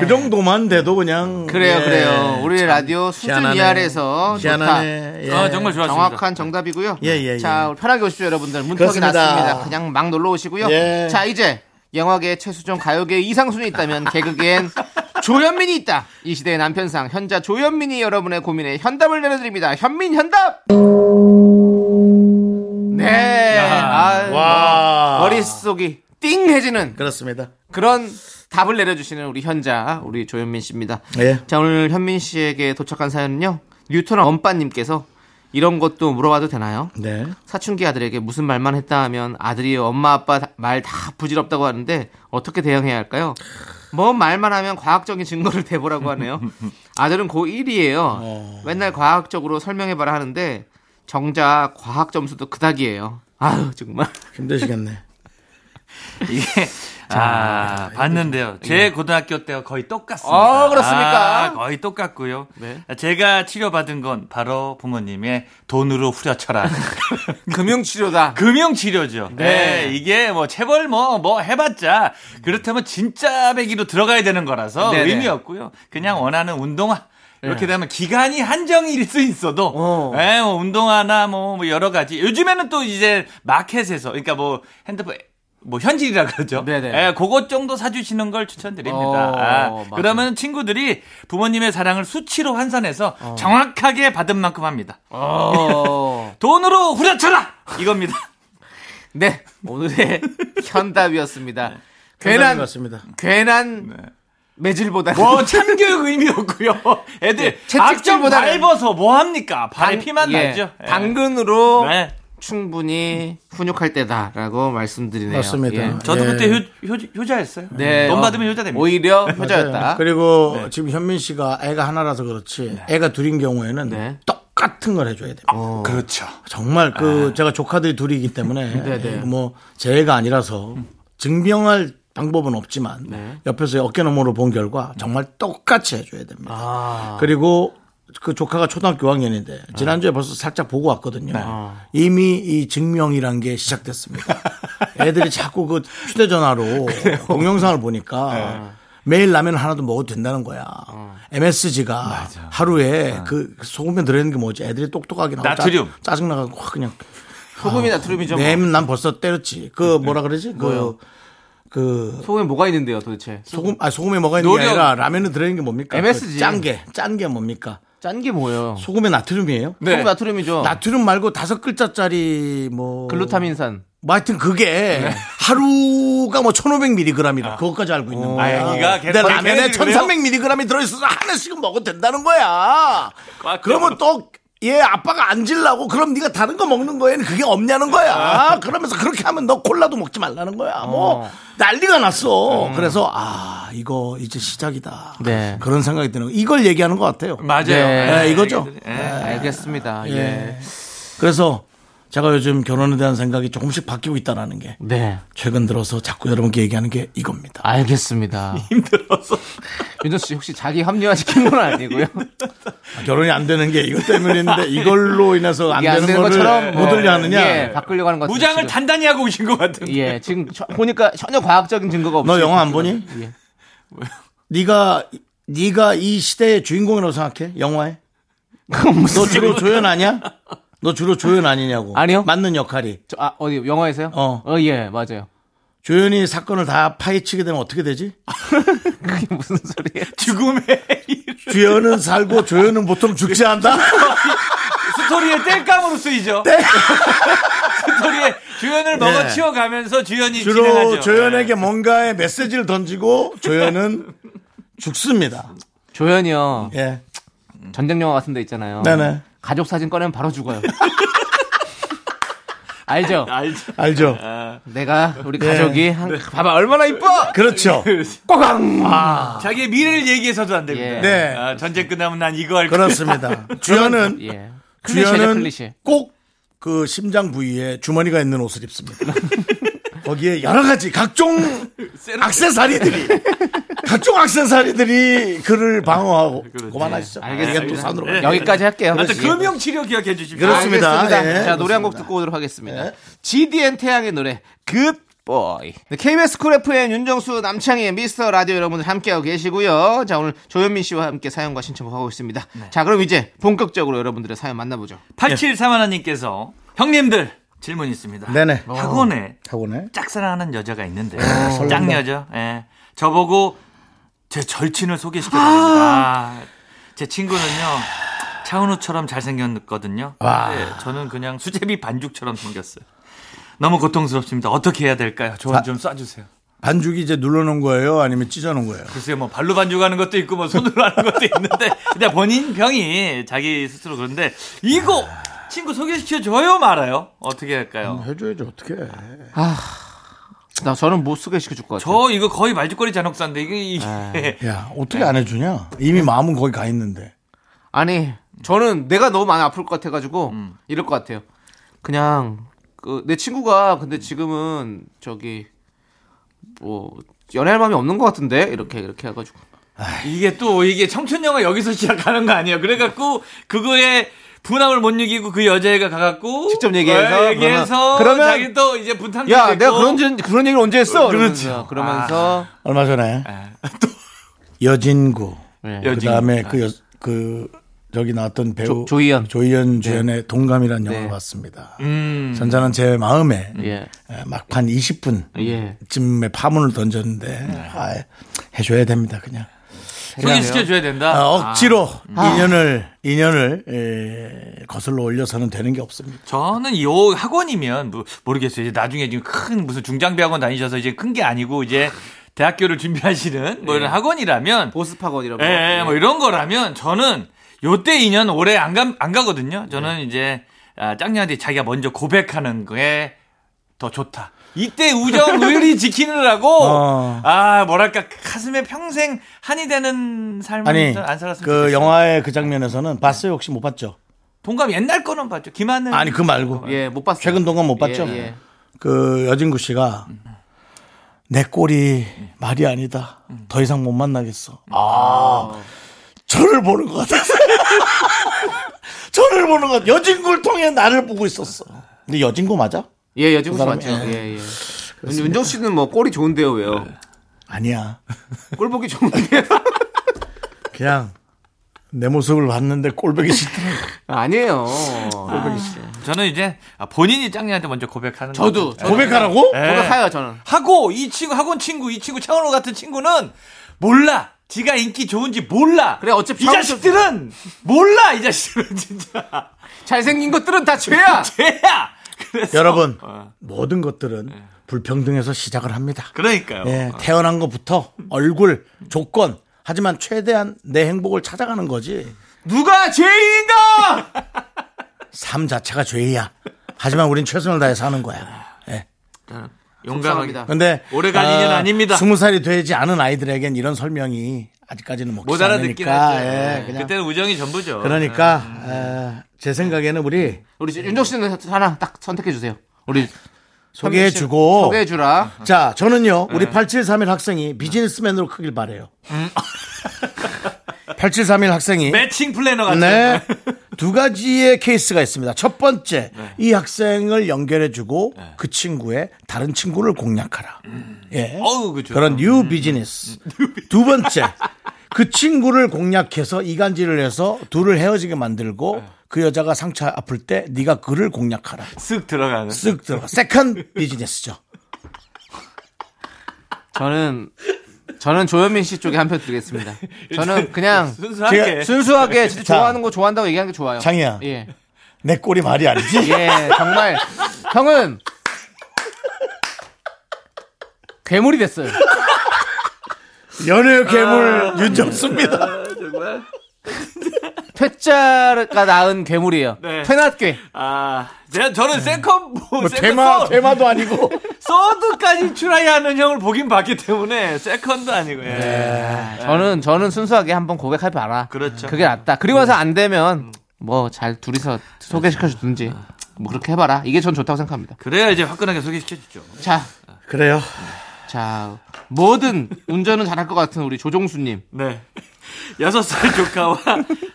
Speaker 1: 그 정도만 돼도 그냥
Speaker 2: 그래요,
Speaker 1: 예.
Speaker 2: 그래요. 우리 라디오 수준
Speaker 1: 희한하네.
Speaker 2: 이하에서 좋다.
Speaker 1: 희한하네. 예.
Speaker 5: 아, 정말 좋았습니다.
Speaker 2: 정확한 정답이고요.
Speaker 1: 예, 예, 예.
Speaker 2: 자, 우리 편하게 오십시오, 여러분들. 문턱이
Speaker 1: 그렇습니다.
Speaker 2: 났습니다. 그냥 막 놀러 오시고요.
Speaker 1: 예.
Speaker 2: 자, 이제 영화계 최수종 가요계 이상순이 있다면 개그계엔 조현민이 있다. 이 시대의 남편상 현자 조현민이 여러분의 고민에 현답을 내려드립니다. 현민 현답. 네. 아,
Speaker 1: 와.
Speaker 2: 머릿속이 띵해지는
Speaker 1: 그렇습니다.
Speaker 2: 그런 답을 내려주시는 우리 현자 우리 조현민 씨입니다.
Speaker 1: 예.
Speaker 2: 자 오늘 현민 씨에게 도착한 사연은요 뉴턴 엄빠님께서 이런 것도 물어봐도 되나요?
Speaker 1: 네.
Speaker 2: 사춘기 아들에게 무슨 말만 했다 하면 아들이 엄마 아빠 말 다 부질없다고 하는데 어떻게 대응해야 할까요? 뭐 말만 하면 과학적인 증거를 대보라고 하네요. 아들은 고1이에요. 맨날 과학적으로 설명해봐라 하는데 정작 과학 점수도 그닥이에요. 아유 정말.
Speaker 1: 힘드시겠네.
Speaker 5: 이게 아, 봤는데요. 제 고등학교 때와 거의 똑같습니다.
Speaker 2: 예. 어, 그렇습니까?
Speaker 5: 아, 거의 똑같고요.
Speaker 2: 네.
Speaker 5: 제가 치료받은 건 바로 부모님의 돈으로 후려쳐라.
Speaker 2: 금융치료다.
Speaker 5: 금융치료죠.
Speaker 2: 네.
Speaker 5: 네. 이게 뭐 체벌 뭐 뭐 해봤자 그렇다면 진짜 배기로 들어가야 되는 거라서
Speaker 2: 네네.
Speaker 5: 의미 없고요. 그냥 원하는 운동화. 예. 이렇게 되면 기간이 한정일 수 있어도,
Speaker 2: 어.
Speaker 5: 예, 뭐 운동화나 뭐, 뭐 여러 가지. 요즘에는 또 이제 마켓에서, 그러니까 뭐 핸드폰, 뭐 현질이라 그러죠.
Speaker 2: 네네.
Speaker 5: 예, 그것 정도 사주시는 걸 추천드립니다.
Speaker 2: 어,
Speaker 5: 아,
Speaker 2: 맞아요.
Speaker 5: 그러면 친구들이 부모님의 사랑을 수치로 환산해서 정확하게 받은 만큼 합니다.
Speaker 2: 어.
Speaker 5: 돈으로 후려쳐라! 이겁니다.
Speaker 2: 네 오늘의
Speaker 5: 네.
Speaker 2: 현답이었습니다.
Speaker 1: 편안한
Speaker 2: 괜한
Speaker 1: 것 같습니다.
Speaker 2: 괜한 매질보다
Speaker 5: 뭐 참교육 의미 없고요. 애들 악점
Speaker 2: 네, 채찍질보다는-
Speaker 5: 밟아서 뭐 합니까? 발에 피만 나죠. 예.
Speaker 2: 당근으로
Speaker 5: 네.
Speaker 2: 충분히 훈육할 때다라고 말씀드리네요.
Speaker 1: 맞습니다.
Speaker 2: 예.
Speaker 5: 저도
Speaker 1: 예.
Speaker 5: 그때 효, 자였어요
Speaker 2: 네,
Speaker 5: 돈
Speaker 2: 어,
Speaker 5: 받으면 효자 됩니다.
Speaker 2: 오히려
Speaker 1: 맞아요.
Speaker 2: 효자였다. 네.
Speaker 1: 그리고 지금 현민 씨가 애가 하나라서 그렇지 애가 둘인 경우에는
Speaker 2: 네. 어.
Speaker 1: 똑같이 똑같은 걸 해줘야 됩니다.
Speaker 5: 그렇죠.
Speaker 1: 정말 그 제가 조카들이 둘이기 때문에
Speaker 2: 네. 네네. 음.
Speaker 1: 뭐 재해가 아니라서 증명할 방법은 없지만
Speaker 2: 네.
Speaker 1: 옆에서 어깨너머로 본 결과 정말 똑같이 해줘야 됩니다.
Speaker 2: 아.
Speaker 1: 그리고 그 조카가 초등학교
Speaker 2: 네.
Speaker 1: 5학년인데 지난주에 벌써 살짝 보고 왔거든요. 이미 이 증명이란 게 시작됐습니다. 애들이 자꾸 그 휴대전화로 동영상을
Speaker 2: 네.
Speaker 1: 보니까 매일 라면 하나도 먹어도 된다는 거야. MSG가 하루에 그 소금에 들어있는 게 뭐지? 애들이 똑똑하게 나고
Speaker 5: 나트륨.
Speaker 1: 짜증 나가고 확 그냥
Speaker 2: 소금이
Speaker 5: 아,
Speaker 2: 나트륨이죠. 뭐.
Speaker 1: 냄 난 벌써 때렸지. 그 뭐라 그러지? 그, 그
Speaker 2: 소금에 뭐가 있는데요, 도대체?
Speaker 1: 소금 아 소금에 뭐가 있는 게
Speaker 2: 노령.
Speaker 1: 아니라 라면에 들어있는 게 뭡니까?
Speaker 2: MSG.
Speaker 1: 그 짠게 짠 게 뭡니까?
Speaker 2: 짠 게 뭐예요?
Speaker 1: 소금에 나트륨이에요?
Speaker 5: 네.
Speaker 2: 소금 나트륨이죠.
Speaker 1: 나트륨 말고 다섯 글자짜리 뭐
Speaker 2: 글루타민산.
Speaker 1: 뭐 하여튼 그게 하루가 뭐 1500mg이라 그것까지 알고 있는 거야.
Speaker 5: 아, 애기가
Speaker 1: 근데
Speaker 5: 계속
Speaker 1: 라면에
Speaker 5: 계속
Speaker 1: 1300mg이 들어있어서 하나씩은 먹어도 된다는 거야. 그러면 또 얘 아빠가 안 질라고 그럼 네가 다른 거 먹는 거에는 그게 없냐는 거야. 그러면서 그렇게 하면 너 콜라도 먹지 말라는 거야. 뭐 난리가 났어. 그래서 아 이거 이제 시작이다.
Speaker 2: 네.
Speaker 1: 그런 생각이 드는 거. 이걸 얘기하는 것 같아요.
Speaker 5: 맞아요.
Speaker 2: 네,
Speaker 1: 예, 이거죠.
Speaker 2: 알겠습니다. 예.
Speaker 1: 예. 그래서 제가 요즘 결혼에 대한 생각이 조금씩 바뀌고 있다라는 게
Speaker 2: 네.
Speaker 1: 최근 들어서 자꾸 여러분께 얘기하는 게 이겁니다.
Speaker 2: 알겠습니다. 힘들어서. 윤정 씨 혹시 자기 합리화 시킨 건 아니고요.
Speaker 1: 결혼이 안 되는 게 이것 때문인데 이걸로 인해서 안
Speaker 2: 이게 안
Speaker 1: 되는,
Speaker 2: 되는
Speaker 1: 거를
Speaker 2: 것처럼
Speaker 1: 못
Speaker 2: 뭐,
Speaker 1: 들려 하느냐.
Speaker 2: 예, 바꾸려고 하는 것 같아요.
Speaker 5: 무장을
Speaker 2: 지금.
Speaker 5: 단단히 하고 오신 것 같은.
Speaker 2: 예, 지금 저- 보니까 전혀 과학적인 증거가 없어요.
Speaker 1: 너 영화 안 보니?
Speaker 2: 예.
Speaker 1: 네가 네가 이 시대의 주인공이라고 생각해? 영화에?
Speaker 2: 그건
Speaker 1: 너
Speaker 2: 무슨
Speaker 1: 주로 조연 아니야? 너 주로 조연 아니냐고.
Speaker 2: 아니요.
Speaker 1: 맞는 역할이.
Speaker 2: 저- 아, 어디 영화에서요?
Speaker 1: 어.
Speaker 2: 예, 맞아요.
Speaker 1: 조연이 사건을 다 파헤치게 되면 어떻게 되지?
Speaker 2: 그게 무슨 소리예요?
Speaker 5: 죽음의
Speaker 1: 주연은 살고 조연은 보통 죽지 않다.
Speaker 5: 스토리의 땔감으로 쓰이죠. 스토리에
Speaker 2: 네.
Speaker 5: 주연을 먹어 치워가면서 주연이
Speaker 1: 네. 주로
Speaker 5: 진행하죠.
Speaker 1: 조연에게 뭔가의 메시지를 던지고 조연은 죽습니다.
Speaker 2: 조연이요.
Speaker 1: 예.
Speaker 2: 전쟁 영화 같은 데 있잖아요.
Speaker 1: 네네.
Speaker 2: 가족 사진 꺼내면 바로 죽어요. 알죠?
Speaker 5: 알죠.
Speaker 1: 알죠?
Speaker 2: 아, 내가 우리
Speaker 1: 네.
Speaker 2: 가족이 한, 봐봐 얼마나 이뻐.
Speaker 1: 그렇죠.
Speaker 2: 꼬강.
Speaker 5: 자기의 미래를 얘기해서도 안 됩니다.
Speaker 2: 예.
Speaker 1: 네.
Speaker 5: 아, 전쟁 끝나면 난 이거 할 거야.
Speaker 1: 그렇습니다. 주연은,
Speaker 2: 예. 클리셰죠
Speaker 1: 주연은
Speaker 2: 클리셰.
Speaker 1: 꼭 그 심장 부위에 주머니가 있는 옷을 입습니다. 거기에 여러 가지 각종 악세사리들이, 각종 악세사리들이 그를 방어하고. 그만하시죠.
Speaker 2: 알겠습니다.
Speaker 1: 이게 또 산으로.
Speaker 5: 네.
Speaker 1: 가요.
Speaker 2: 여기까지 할게요. 그렇죠.
Speaker 5: 아무튼 금융 치료 기억해 주십시오.
Speaker 1: 그렇습니다.
Speaker 2: 알겠습니다.
Speaker 1: 예,
Speaker 2: 자, 노래 한 곡
Speaker 1: 그렇습니다.
Speaker 2: 듣고 오도록 하겠습니다. GDN 태양의 노래, 굿보이. KBS 쿨 FM 윤정수 남창희의 미스터 라디오 여러분들 함께하고 계시고요. 자, 오늘 조현민 씨와 함께 사연과 신청하고 있습니다.
Speaker 1: 네.
Speaker 2: 자, 그럼 이제 본격적으로 여러분들의 사연 만나보죠.
Speaker 5: 8731님께서 그 형님들 질문 있습니다. 어.
Speaker 1: 네네.
Speaker 2: 어.
Speaker 5: 학원에
Speaker 1: 하고네.
Speaker 5: 짝사랑하는 여자가 있는데 짝 여자. 예. 저보고 제 절친을 소개시켜 달라. 아, 제 친구는요. 차은우처럼 잘생겼거든요. 근데 저는 그냥 수제비 반죽처럼 생겼어요. 너무 고통스럽습니다. 어떻게 해야 될까요? 조언 좀 쏴주세요.
Speaker 1: 반죽이 이제 눌러놓은 거예요? 아니면 찢어놓은 거예요?
Speaker 5: 글쎄요, 뭐 발로 반죽하는 것도 있고 뭐 손으로 하는 것도 있는데 일단 본인 병이 자기 스스로 그런데 이거 친구 소개시켜 줘요 말아요? 어떻게 할까요?
Speaker 1: 해줘야지, 어떻게.
Speaker 2: 나 저는 못 쓰게 시켜줄 것 같아요.
Speaker 5: 저 이거 거의 말죽거리 잔혹사인데 이게,
Speaker 2: 네.
Speaker 5: 이게
Speaker 1: 야, 어떻게 안 해주냐? 이미 마음은 거기 가 있는데.
Speaker 2: 아니, 저는 내가 너무 많이 아플 것 같아가지고,
Speaker 1: 음.
Speaker 2: 이럴 것 같아요. 그냥, 그, 내 친구가 근데 지금은 저기, 뭐, 연애할 마음이 없는 것 같은데? 이렇게, 이렇게 해가지고.
Speaker 5: 이게 또 이게 청춘 영화 여기서 시작하는 거 아니에요? 그래갖고 그거에 분함을 못 이기고 그 여자애가 가갖고
Speaker 2: 직접 얘기해서?
Speaker 5: 어, 얘기해서
Speaker 2: 그러면- 그러면-
Speaker 5: 자기 또 이제 분탕
Speaker 2: 야, 내가 그런, 짓- 그런 얘기를 언제 했어? 그러면서. 그러면서.
Speaker 1: 얼마 전에.
Speaker 2: 네.
Speaker 1: 여진구.
Speaker 2: 예.
Speaker 5: 여-
Speaker 1: 그 다음에 그, 여, 그, 저기 나왔던 배우.
Speaker 2: 조- 조희연.
Speaker 1: 조희연 주연의 동감이라는 영화를
Speaker 2: 네.
Speaker 1: 봤습니다.
Speaker 5: 음,
Speaker 1: 전자는 제 마음에
Speaker 2: 예.
Speaker 1: 에, 막판 20분.
Speaker 2: 예. 네.
Speaker 1: 쯤에 파문을 던졌는데 아, 해줘야 됩니다 그냥
Speaker 5: 소개시켜 줘야 된다.
Speaker 1: 아, 억지로 인연을 인연을 에, 거슬러 올려서는 되는 게 없습니다
Speaker 5: 저는 요 학원이면 뭐 모르겠어요. 이제 나중에 지금 큰 무슨 중장비 학원 다니셔서 이제 큰 게 아니고 이제 대학교를 준비하시는 뭐 이런
Speaker 1: 예.
Speaker 5: 학원이라면
Speaker 2: 보습학원이라고.
Speaker 5: 예, 예, 뭐 이런 거라면 저는 요때 인연 오래 안, 가, 안 가거든요. 저는
Speaker 1: 예.
Speaker 5: 이제 아, 짱녀한테 자기가 먼저 고백하는 게 더 좋다. 이때 우정 의리 지키느라고
Speaker 1: 어.
Speaker 5: 아 뭐랄까 가슴에 평생 한이 되는 삶을
Speaker 1: 아니
Speaker 5: 음, 안 살았으면
Speaker 1: 그 영화의 그 장면에서는 봤어요 혹시 못 봤죠
Speaker 5: 동감 옛날 거는 봤죠. 김하늘.
Speaker 1: 아니 그 말고
Speaker 2: 예, 못 봤어요.
Speaker 1: 최근 동안 못 봤죠.
Speaker 2: 예, 예.
Speaker 1: 그 여진구 씨가 내 꼴이 말이 아니다. 더 이상 못 만나겠어. 아 저를 보는 것 같아서 저를 보는 것 같아. 여진구를 통해 나를 보고 있었어. 근데 여진구 맞아?
Speaker 2: 예, 여진구 씨
Speaker 1: 그 사람이-
Speaker 2: 맞죠. 예, 예. 윤정 씨는 뭐 꼴이 좋은데요, 왜요?
Speaker 1: 아니야.
Speaker 2: 꼴 보기 좋은데요?
Speaker 1: 그냥 내 모습을 봤는데 꼴보기 싫더라고.
Speaker 2: 아니에요.
Speaker 5: 저는 이제 아, 본인이 짱녀한테 먼저 고백하는
Speaker 2: 저도,
Speaker 5: 거죠.
Speaker 2: 저도.
Speaker 1: 고백하라고?
Speaker 5: 예.
Speaker 2: 고백해요, 저는.
Speaker 5: 하고 이 친구 학원 친구 이 친구 차은호 같은 친구는 몰라. 지가 인기 좋은지 몰라.
Speaker 2: 그래, 어차피
Speaker 5: 이
Speaker 2: 차은호
Speaker 5: 자식들은 몰라. 이 자식들은 진짜
Speaker 2: 잘생긴 것들은 다 죄야!
Speaker 5: 죄야. 그래서
Speaker 1: 여러분
Speaker 5: 어.
Speaker 1: 모든 것들은 불평등에서 시작을 합니다.
Speaker 5: 예. 그러니까요.
Speaker 1: 예, 태어난 것부터 얼굴, 조건 하지만 최대한 내 행복을 찾아가는 거지.
Speaker 2: 누가 죄인가!
Speaker 1: 삶 자체가 죄야. 하지만 우린 최선을 다해 사는 거야. 예.
Speaker 5: 용감합니다.
Speaker 2: 속상합니다.
Speaker 1: 근데
Speaker 5: 오래간 인연 아닙니다.
Speaker 1: 스무 살이 되지 않은 아이들에겐 이런 설명이 아직까지는 먹히지
Speaker 5: 못 알아듣긴
Speaker 1: 않으니까.
Speaker 5: 하죠.
Speaker 1: 예,
Speaker 5: 예,
Speaker 1: 그냥
Speaker 5: 그때는 우정이 전부죠.
Speaker 1: 그러니까 아, 제 생각에는 우리
Speaker 2: 우리 윤정 씨는 하나 딱 선택해주세요. 우리
Speaker 1: 소개해주고
Speaker 2: 소개해주라.
Speaker 1: 아. 자 저는요 우리 8731 학생이 비즈니스맨으로 크길 바래요. 8731 학생이
Speaker 5: 매칭 플래너 같은.
Speaker 1: 네. 두 가지의 케이스가 있습니다. 첫 번째, 이 학생을 연결해주고 그 친구의 다른 친구를 공략하라. 예.
Speaker 5: 어우, 그죠.
Speaker 1: 런뉴 음. 비즈니스. 두 번째, 그 친구를 공략해서 이간질을 해서 둘을 헤어지게 만들고 그 여자가 상처 아플 때 네가 그를 공략하라.
Speaker 5: 쓱 들어가는.
Speaker 1: 쓱 들어가. 세컨 비즈니스죠.
Speaker 2: 저는, 저는 조현민 씨 쪽에 한 표 드리겠습니다. 저는 그냥
Speaker 5: 순수하게.
Speaker 2: 순수하게 진짜
Speaker 1: 예. 자.
Speaker 2: 좋아하는 거 좋아한다고 얘기하는 게 좋아요.
Speaker 1: 장이야.
Speaker 2: 예.
Speaker 1: 내 꼴이 말이 아니지.
Speaker 2: 예, 정말. 형은 괴물이 됐어요.
Speaker 1: 연애 괴물 윤정수입니다.
Speaker 2: 퇴짜가 낳은 괴물이에요.
Speaker 5: 네.
Speaker 2: 퇴낫괴.
Speaker 5: 아, 제가 저는 세컨 뭐,
Speaker 1: 뭐
Speaker 5: 세컨
Speaker 1: 대마,
Speaker 5: 서-
Speaker 1: 대마도 아니고.
Speaker 5: 서드까지 출하이하는 형을 보긴 봤기 때문에 세컨도 아니고. 예.
Speaker 2: 저는 저는 순수하게 한번 고백해 봐라.
Speaker 5: 그렇죠.
Speaker 2: 그게 낫다. 그리고 나서 안 되면 뭐 잘 둘이서 소개시켜 주든지 뭐 그렇게 해봐라. 이게 전 좋다고 생각합니다.
Speaker 5: 그래야 이제 화끈하게 소개시켜 주죠.
Speaker 2: 자,
Speaker 1: 그래요.
Speaker 2: 자 뭐든 운전은 잘할 것 같은 우리 조종수님.
Speaker 5: 네. 여섯 살 조카와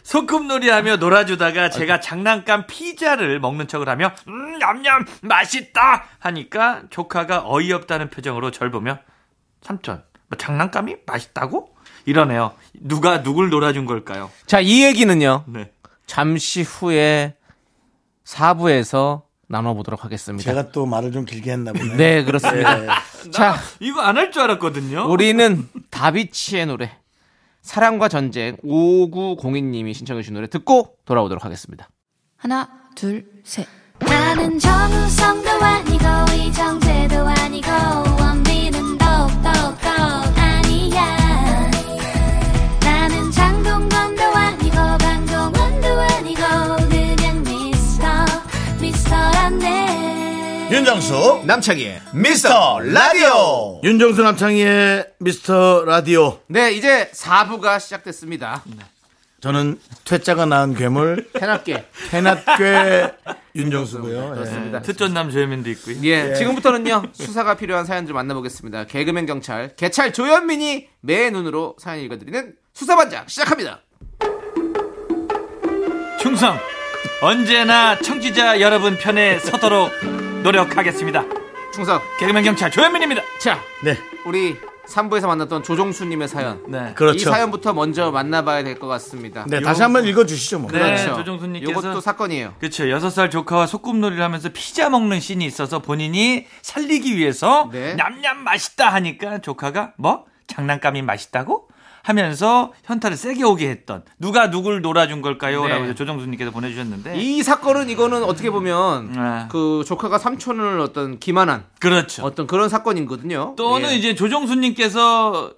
Speaker 5: 소꿉놀이하며 놀아주다가 제가 장난감 피자를 먹는 척을 하며 음, 냠냠 맛있다 하니까 조카가 어이없다는 표정으로 절 보며 삼촌 뭐 장난감이 맛있다고 이러네요. 누가 누굴 놀아준 걸까요?
Speaker 2: 자, 이 얘기는요.
Speaker 5: 네.
Speaker 2: 잠시 후에 4부에서 나눠보도록 하겠습니다.
Speaker 1: 제가 또 말을 좀 길게 했나 보네.
Speaker 2: 네, 그렇습니다. 자,
Speaker 5: 이거 안 할 줄 알았거든요.
Speaker 2: 우리는 다비치의 노래 사랑과 전쟁 5902님이 신청해 주신 노래 듣고 돌아오도록 하겠습니다.
Speaker 3: 하나, 둘, 셋.
Speaker 4: 나는 정우성도 아니고 이정재도 아니고 원빈은 더욱더 아니야 나는 장동건도 아니고 방종원도 아니고 그냥 미스터 미스터란데
Speaker 1: 윤정수 남창희의 미스터 라디오 윤정수 남창희의 미스터 라디오
Speaker 2: 네, 이제 4부가 시작됐습니다.
Speaker 1: 저는 퇴짜가 낳은 괴물
Speaker 2: 해놨게.
Speaker 1: 해낫괴 윤정수고요 예.
Speaker 2: 그렇습니다.
Speaker 5: 특전남 조현민도 있고요.
Speaker 2: 예, 지금부터는요 수사가 필요한 사연들 만나보겠습니다. 개그맨 경찰 개찰 조현민이 매 눈으로 사연 읽어드리는 수사반장 시작합니다.
Speaker 5: 충성 언제나 청취자 여러분 편에 서도록 노력하겠습니다.
Speaker 2: 충성.
Speaker 5: 개그맨 경찰 조현민입니다.
Speaker 2: 자,
Speaker 1: 네
Speaker 2: 우리 3부에서 만났던 조종수님의 사연.
Speaker 5: 네.
Speaker 2: 이
Speaker 1: 그렇죠
Speaker 2: 사연부터 먼저 만나봐야 될 것 같습니다.
Speaker 1: 네 다시 한번 읽어주시죠 뭐
Speaker 5: 네. 조종수님께서-
Speaker 2: 이것도 사건이에요.
Speaker 5: 그렇죠. 여섯 살 조카와 소꿉놀이를 하면서 피자 먹는 씬이 있어서 본인이 살리기 위해서
Speaker 2: 네.
Speaker 5: 냠냠 맛있다 하니까 조카가 뭐 장난감이 맛있다고 하면서 현타를 세게 오게 했던 누가 누굴 놀아준
Speaker 2: 네.
Speaker 5: 걸까요라고 조정수님께서 보내주셨는데
Speaker 2: 이 사건은 이거는 어떻게 보면
Speaker 5: 네.
Speaker 2: 그 조카가 삼촌을 어떤 기만한
Speaker 5: 그렇죠.
Speaker 2: 어떤 그런 사건이거든요.
Speaker 5: 또는
Speaker 2: 예.
Speaker 5: 이제 조정수님께서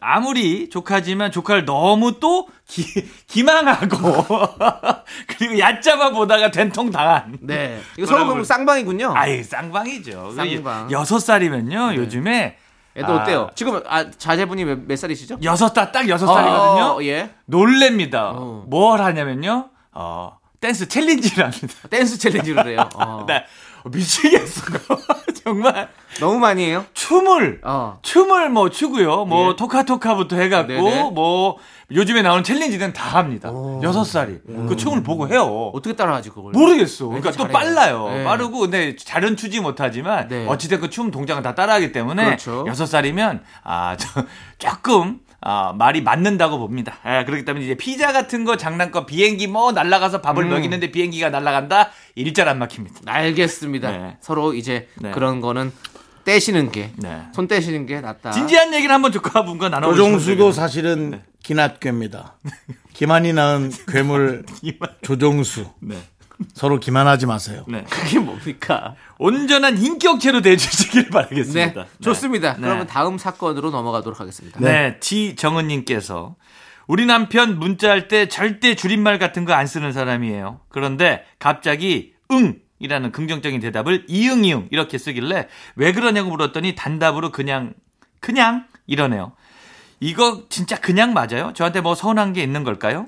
Speaker 5: 아무리 조카지만 조카를 너무 또 기, 기망하고 그리고 얕잡아 보다가 된통 당한
Speaker 2: 네 이거 서로 보면 쌍방이군요.
Speaker 5: 아이 쌍방이죠. 그
Speaker 2: 쌍방. 네.
Speaker 5: 여섯 살이면요 요즘에
Speaker 2: 애들
Speaker 5: 아.
Speaker 2: 어때요? 지금 아, 자제분이 몇, 몇 살이시죠?
Speaker 5: 여섯 다 딱 여섯 살이거든요.
Speaker 2: 어, 예.
Speaker 5: 놀랍니다.
Speaker 2: 어.
Speaker 5: 뭘 하냐면요. 어, 댄스 챌린지를 합니다.
Speaker 2: 댄스 챌린지를 해요. 어.
Speaker 5: 네. 미치겠어요. 정말.
Speaker 2: 너무 많이 해요?
Speaker 5: 춤을
Speaker 2: 어.
Speaker 5: 춤을 뭐 추고요. 뭐 토카토카부터 해갖고
Speaker 2: 예. 네네. 어.
Speaker 5: 뭐 요즘에 나오는 챌린지는 다 합니다. 여섯 살이 그 춤을 보고 해요.
Speaker 2: 어떻게 따라하지 그걸?
Speaker 5: 모르겠어. 그러니까 또
Speaker 2: 잘해요.
Speaker 5: 빨라요.
Speaker 2: 네.
Speaker 5: 빠르고 근데 잘은 추지 못하지만
Speaker 2: 네.
Speaker 5: 어찌됐건 춤 동작은 다 따라하기 때문에
Speaker 2: 그렇죠.
Speaker 5: 여섯 살이면 아, 저, 조금 아, 말이 맞는다고 봅니다. 예, 그렇기 때문에 이제 피자 같은 거 장난감 비행기 뭐 날아가서
Speaker 2: 음.
Speaker 5: 밥을 먹이는데 비행기가 날아간다 일절 안 막힙니다.
Speaker 2: 알겠습니다.
Speaker 5: 네.
Speaker 2: 서로 이제
Speaker 5: 네.
Speaker 2: 그런 거는 떼시는 게,
Speaker 5: 네.
Speaker 2: 손 떼시는 게 낫다.
Speaker 5: 진지한 얘기를 한번 조카 분과 나눠보시죠.
Speaker 1: 조정수도 사실은 기낫괴입니다. 기만이 낳은 괴물 조정수.
Speaker 5: 네.
Speaker 1: 서로 기만하지 마세요.
Speaker 5: 네.
Speaker 2: 그게 뭡니까?
Speaker 5: 온전한 인격체로 대해주시길
Speaker 2: 네,
Speaker 5: 바라겠습니다.
Speaker 2: 좋습니다.
Speaker 5: 네.
Speaker 2: 그러면 다음 사건으로 넘어가도록 하겠습니다.
Speaker 5: 네, 지정은님께서 우리 남편 문자할 때 절대 줄임말 같은 거 안 쓰는 사람이에요. 그런데 갑자기 응! 이라는 긍정적인 대답을 이응이응 이렇게 쓰길래 왜 그러냐고 물었더니 단답으로 그냥 그냥 이러네요. 이거 진짜 그냥 맞아요? 저한테 뭐 서운한 게 있는 걸까요?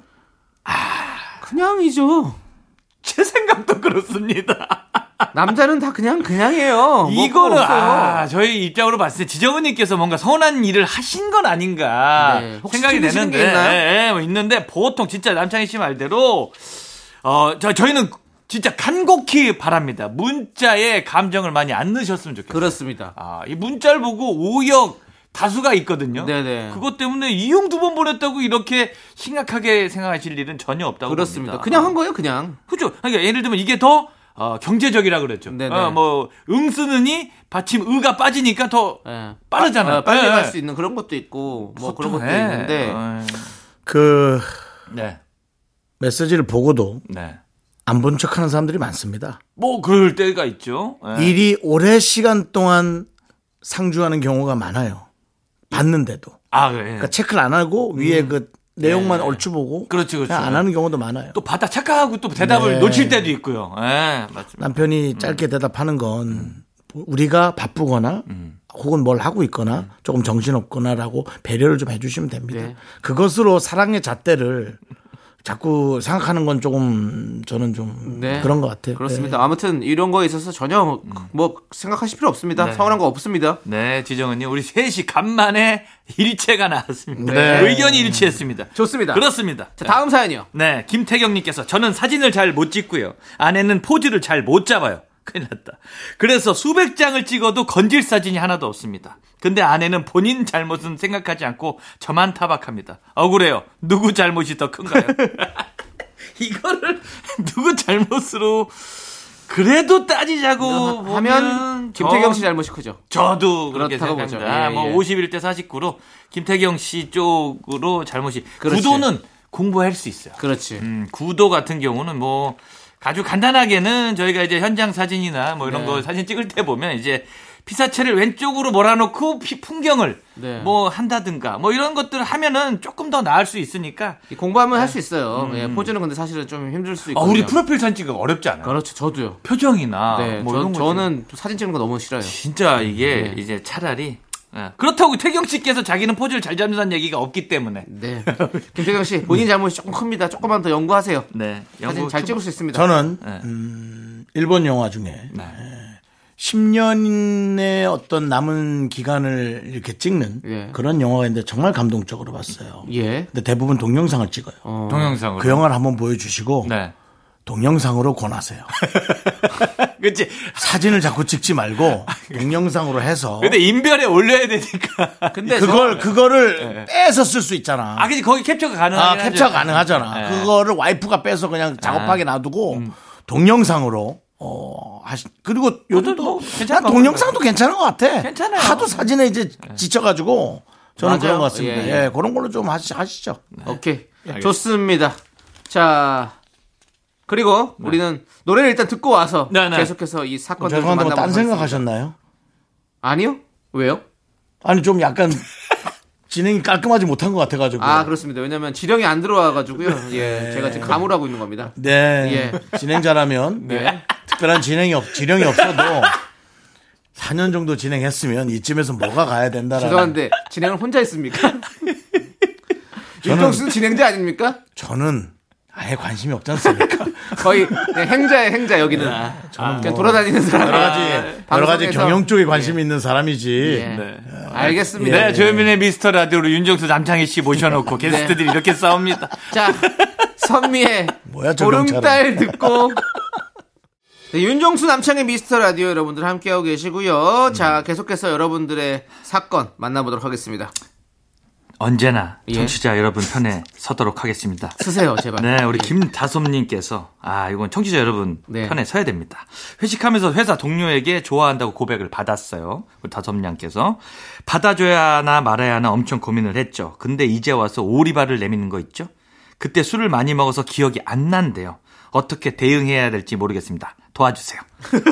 Speaker 2: 그냥이죠.
Speaker 5: 제 생각도 그렇습니다.
Speaker 2: 남자는 다 그냥 그냥이에요.
Speaker 5: 이거는
Speaker 2: 아,
Speaker 5: 아, 저희 입장으로 봤을 때 지정은님께서 뭔가 서운한 일을 하신 건 아닌가
Speaker 2: 네, 혹시
Speaker 5: 생각이
Speaker 2: 찍으시는
Speaker 5: 되는데
Speaker 2: 게 있나요?
Speaker 5: 예, 예, 뭐 있는데 보통 진짜 남창희 씨 말대로 어, 저, 저희는 진짜 간곡히 바랍니다. 문자에 감정을 많이 안 넣으셨으면 좋겠어요.
Speaker 2: 그렇습니다.
Speaker 5: 아, 이 문자를 보고 오역 다수가 있거든요.
Speaker 2: 네네.
Speaker 5: 그것 때문에 이용 두 번 보냈다고 이렇게 심각하게 생각하실 일은 전혀 없다고
Speaker 2: 그렇습니다.
Speaker 5: 봅니다. 어.
Speaker 2: 그냥 한 거예요, 그냥.
Speaker 5: 그죠? 그러니까 예를 들면 이게 더 어, 경제적이라 그랬죠.
Speaker 2: 네네.
Speaker 5: 어, 뭐, 응 쓰느니 받침 의가 빠지니까 더
Speaker 2: 예.
Speaker 5: 빠르잖아요.
Speaker 2: 아, 빨리
Speaker 5: 예,
Speaker 2: 갈
Speaker 5: 예.
Speaker 2: 수 있는 그런 것도 있고, 뭐 그런 것도
Speaker 5: 예.
Speaker 2: 있는데.
Speaker 5: 어,
Speaker 1: 그
Speaker 5: 네.
Speaker 1: 메시지를 보고도
Speaker 5: 네.
Speaker 1: 안 본 척하는 사람들이 많습니다.
Speaker 5: 뭐, 그럴 때가 있죠. 예.
Speaker 1: 일이 오랜 시간 동안 상주하는 경우가 많아요. 봤는데도.
Speaker 5: 아, 예.
Speaker 1: 그러니까 체크를 안 하고 위에 그 내용만 얼추 보고
Speaker 5: 그렇죠, 그렇죠.
Speaker 1: 그냥 안 하는 경우도 많아요.
Speaker 5: 또 받아 착각하고 또 대답을
Speaker 1: 네.
Speaker 5: 놓칠 때도 있고요. 예, 맞습니다.
Speaker 1: 남편이 짧게 대답하는 건 우리가 바쁘거나 혹은 뭘 하고 있거나 조금 정신없거나라고 배려를 좀 해주시면 됩니다.
Speaker 2: 네.
Speaker 1: 그것으로 사랑의 잣대를 자꾸 생각하는 건 조금 저는 좀
Speaker 2: 네.
Speaker 1: 그런 것 같아요.
Speaker 2: 그렇습니다. 아무튼 이런 거에 있어서 전혀
Speaker 5: 음.
Speaker 2: 뭐 생각하실 필요 없습니다. 서운한 거 없습니다.
Speaker 5: 네, 지정은님, 우리 셋이 간만에 일체가 나왔습니다.
Speaker 2: 네.
Speaker 5: 의견이 일치했습니다.
Speaker 2: 좋습니다.
Speaker 5: 그렇습니다.
Speaker 2: 자, 다음 사연이요.
Speaker 5: 네, 김태경님께서 저는 사진을 잘 못 찍고요. 아내는 포즈를 잘 못 잡아요. 큰일 났다. 그래서 수백 장을 찍어도 건질 사진이 하나도 없습니다. 근데 아내는 본인 잘못은 생각하지 않고 저만 타박합니다. 억울해요. 누구 잘못이 더 큰가요? 이거를 누구 잘못으로 그래도 따지자고
Speaker 2: 음, 하면
Speaker 5: 보면
Speaker 2: 김태경 씨
Speaker 5: 전-
Speaker 2: 잘못이 크죠.
Speaker 5: 저도 그렇게
Speaker 2: 그렇다고
Speaker 5: 생각합니다.
Speaker 2: 보죠. 예,
Speaker 5: 아, 뭐
Speaker 2: 예.
Speaker 5: 51대 49로 김태경 씨 쪽으로 잘못이
Speaker 2: 그렇지.
Speaker 5: 구도는 공부할 수 있어요.
Speaker 2: 그렇지.
Speaker 5: 음, 구도 같은 경우는 뭐 아주 간단하게는 저희가 이제 현장 사진이나 뭐 이런
Speaker 2: 네.
Speaker 5: 거 사진 찍을 때 보면 이제 피사체를 왼쪽으로 몰아놓고 피- 풍경을
Speaker 2: 네.
Speaker 5: 뭐 한다든가 뭐 이런 것들을 하면은 조금 더 나을 수 있으니까
Speaker 2: 이 공부하면 할 수 있어요. 예, 포즈는 근데 사실은 좀 힘들 수
Speaker 5: 네. 음. 아,
Speaker 2: 있고.
Speaker 5: 우리 프로필 사진 찍으면 어렵지 않아요.
Speaker 2: 그렇죠. 저도요.
Speaker 5: 표정이나
Speaker 2: 네.
Speaker 5: 뭐
Speaker 2: 저,
Speaker 5: 이런 거 좀-
Speaker 2: 저는 사진 찍는 거 너무 싫어요.
Speaker 5: 진짜 이게
Speaker 2: 네.
Speaker 5: 이제 차라리 예. 그렇다고 태경 씨께서 자기는 포즈를 잘 잡는다는 얘기가 없기 때문에
Speaker 2: 네. 김태경 씨, 본인 잘못이 조금 큽니다. 조금만 더 연구하세요.
Speaker 5: 네
Speaker 2: 사진
Speaker 5: 연구
Speaker 2: 잘
Speaker 5: 좀-
Speaker 2: 찍을 수 있습니다.
Speaker 1: 저는
Speaker 5: 네.
Speaker 1: 음, 일본 영화 중에 10년의 어떤 남은 기간을 이렇게 찍는
Speaker 2: 예.
Speaker 1: 그런 영화가 있는데 정말 감동적으로 봤어요.
Speaker 2: 예.
Speaker 1: 근데 대부분 동영상을 찍어요.
Speaker 2: 어.
Speaker 5: 동영상으로
Speaker 1: 그 영화를 한번 보여주시고
Speaker 5: 네
Speaker 1: 동영상으로 권하세요.
Speaker 5: 그치
Speaker 1: 사진을 자꾸 찍지 말고 동영상으로 해서
Speaker 5: 근데 인별에 올려야 되니까
Speaker 2: 근데
Speaker 1: 그걸 그거를 빼서 쓸 수 있잖아.
Speaker 5: 아 근데 거기 capture 가 가능하긴
Speaker 1: 아,
Speaker 5: 하죠.
Speaker 1: 캡처 가능하잖아.
Speaker 5: 네. 음.
Speaker 1: 그거를 와이프가 빼서 그냥 작업하게 놔두고 동영상으로 어 하시 그리고 요즘도
Speaker 5: 뭐
Speaker 1: 난
Speaker 5: 괜찮은 것
Speaker 1: 동영상도 괜찮은 것 같아.
Speaker 5: 괜찮아요. 네.
Speaker 1: 하도 사진에 이제 지쳐가지고 저는
Speaker 2: 맞아요.
Speaker 1: 그런 것 같습니다.
Speaker 2: 예, 예.
Speaker 1: 예, 그런 걸로 좀 하시, 하시죠.
Speaker 2: 네. 오케이. 좋습니다. 자. 그리고
Speaker 1: 네.
Speaker 2: 우리는 노래를 일단 듣고 와서
Speaker 5: 네, 네.
Speaker 2: 계속해서 이 사건을
Speaker 1: 어,
Speaker 2: 좀
Speaker 1: 죄송한데
Speaker 2: 만나보도록
Speaker 1: 뭐딴
Speaker 2: 하겠습니다.
Speaker 1: 생각하셨나요?
Speaker 2: 아니요? 왜요?
Speaker 1: 아니 좀 약간 진행이 깔끔하지 못한 것 같아가지고.
Speaker 2: 아 그렇습니다. 왜냐면 지령이 안 들어와가지고요. 예, 제가 지금 감을 하고 있는 겁니다.
Speaker 1: 네.
Speaker 2: 예.
Speaker 1: 진행자라면
Speaker 2: 네.
Speaker 1: 특별한 진행이 없, 지령이 없어도 4년 정도 진행했으면 이쯤에서 뭐가 가야 된다라는.
Speaker 2: 죄송한데
Speaker 1: 네.
Speaker 2: 진행을 혼자 했습니까? 윤정수 진행자 아닙니까?
Speaker 1: 저는 아예 관심이 없지 않습니까?
Speaker 2: 거의 그냥 행자의 행자 여기는 저는
Speaker 1: 뭐
Speaker 2: 그냥 돌아다니는 예. 사람
Speaker 1: 여러 가지 여러 가지 네. 경영 쪽에 관심이 있는 사람이지.
Speaker 2: 알겠습니다.
Speaker 5: 네, 조현민의 미스터 라디오로 윤정수 남창희 씨 모셔놓고 게스트들이 이렇게 싸웁니다.
Speaker 2: 자, 선미의
Speaker 1: 뭐야, 저
Speaker 2: 보름달
Speaker 1: 경찰은.
Speaker 2: 듣고 네, 윤종수 남창의 미스터 라디오 여러분들 함께하고 계시고요. 자, 계속해서 여러분들의 사건 만나보도록 하겠습니다.
Speaker 5: 언제나
Speaker 2: 예.
Speaker 5: 청취자 여러분 편에 서도록 하겠습니다.
Speaker 2: 쓰세요, 제발.
Speaker 5: 네, 우리
Speaker 2: 예.
Speaker 5: 김다솜님께서 아 이건 청취자 여러분
Speaker 2: 네.
Speaker 5: 편에 서야 됩니다. 회식하면서 회사 동료에게 좋아한다고 고백을 받았어요. 우리 다솜님께서 받아줘야 하나 말아야 하나 엄청 고민을 했죠. 근데 이제 와서 오리발을 내미는 거 있죠? 그때 술을 많이 먹어서 기억이 안 난대요. 어떻게 대응해야 될지 모르겠습니다. 도와주세요.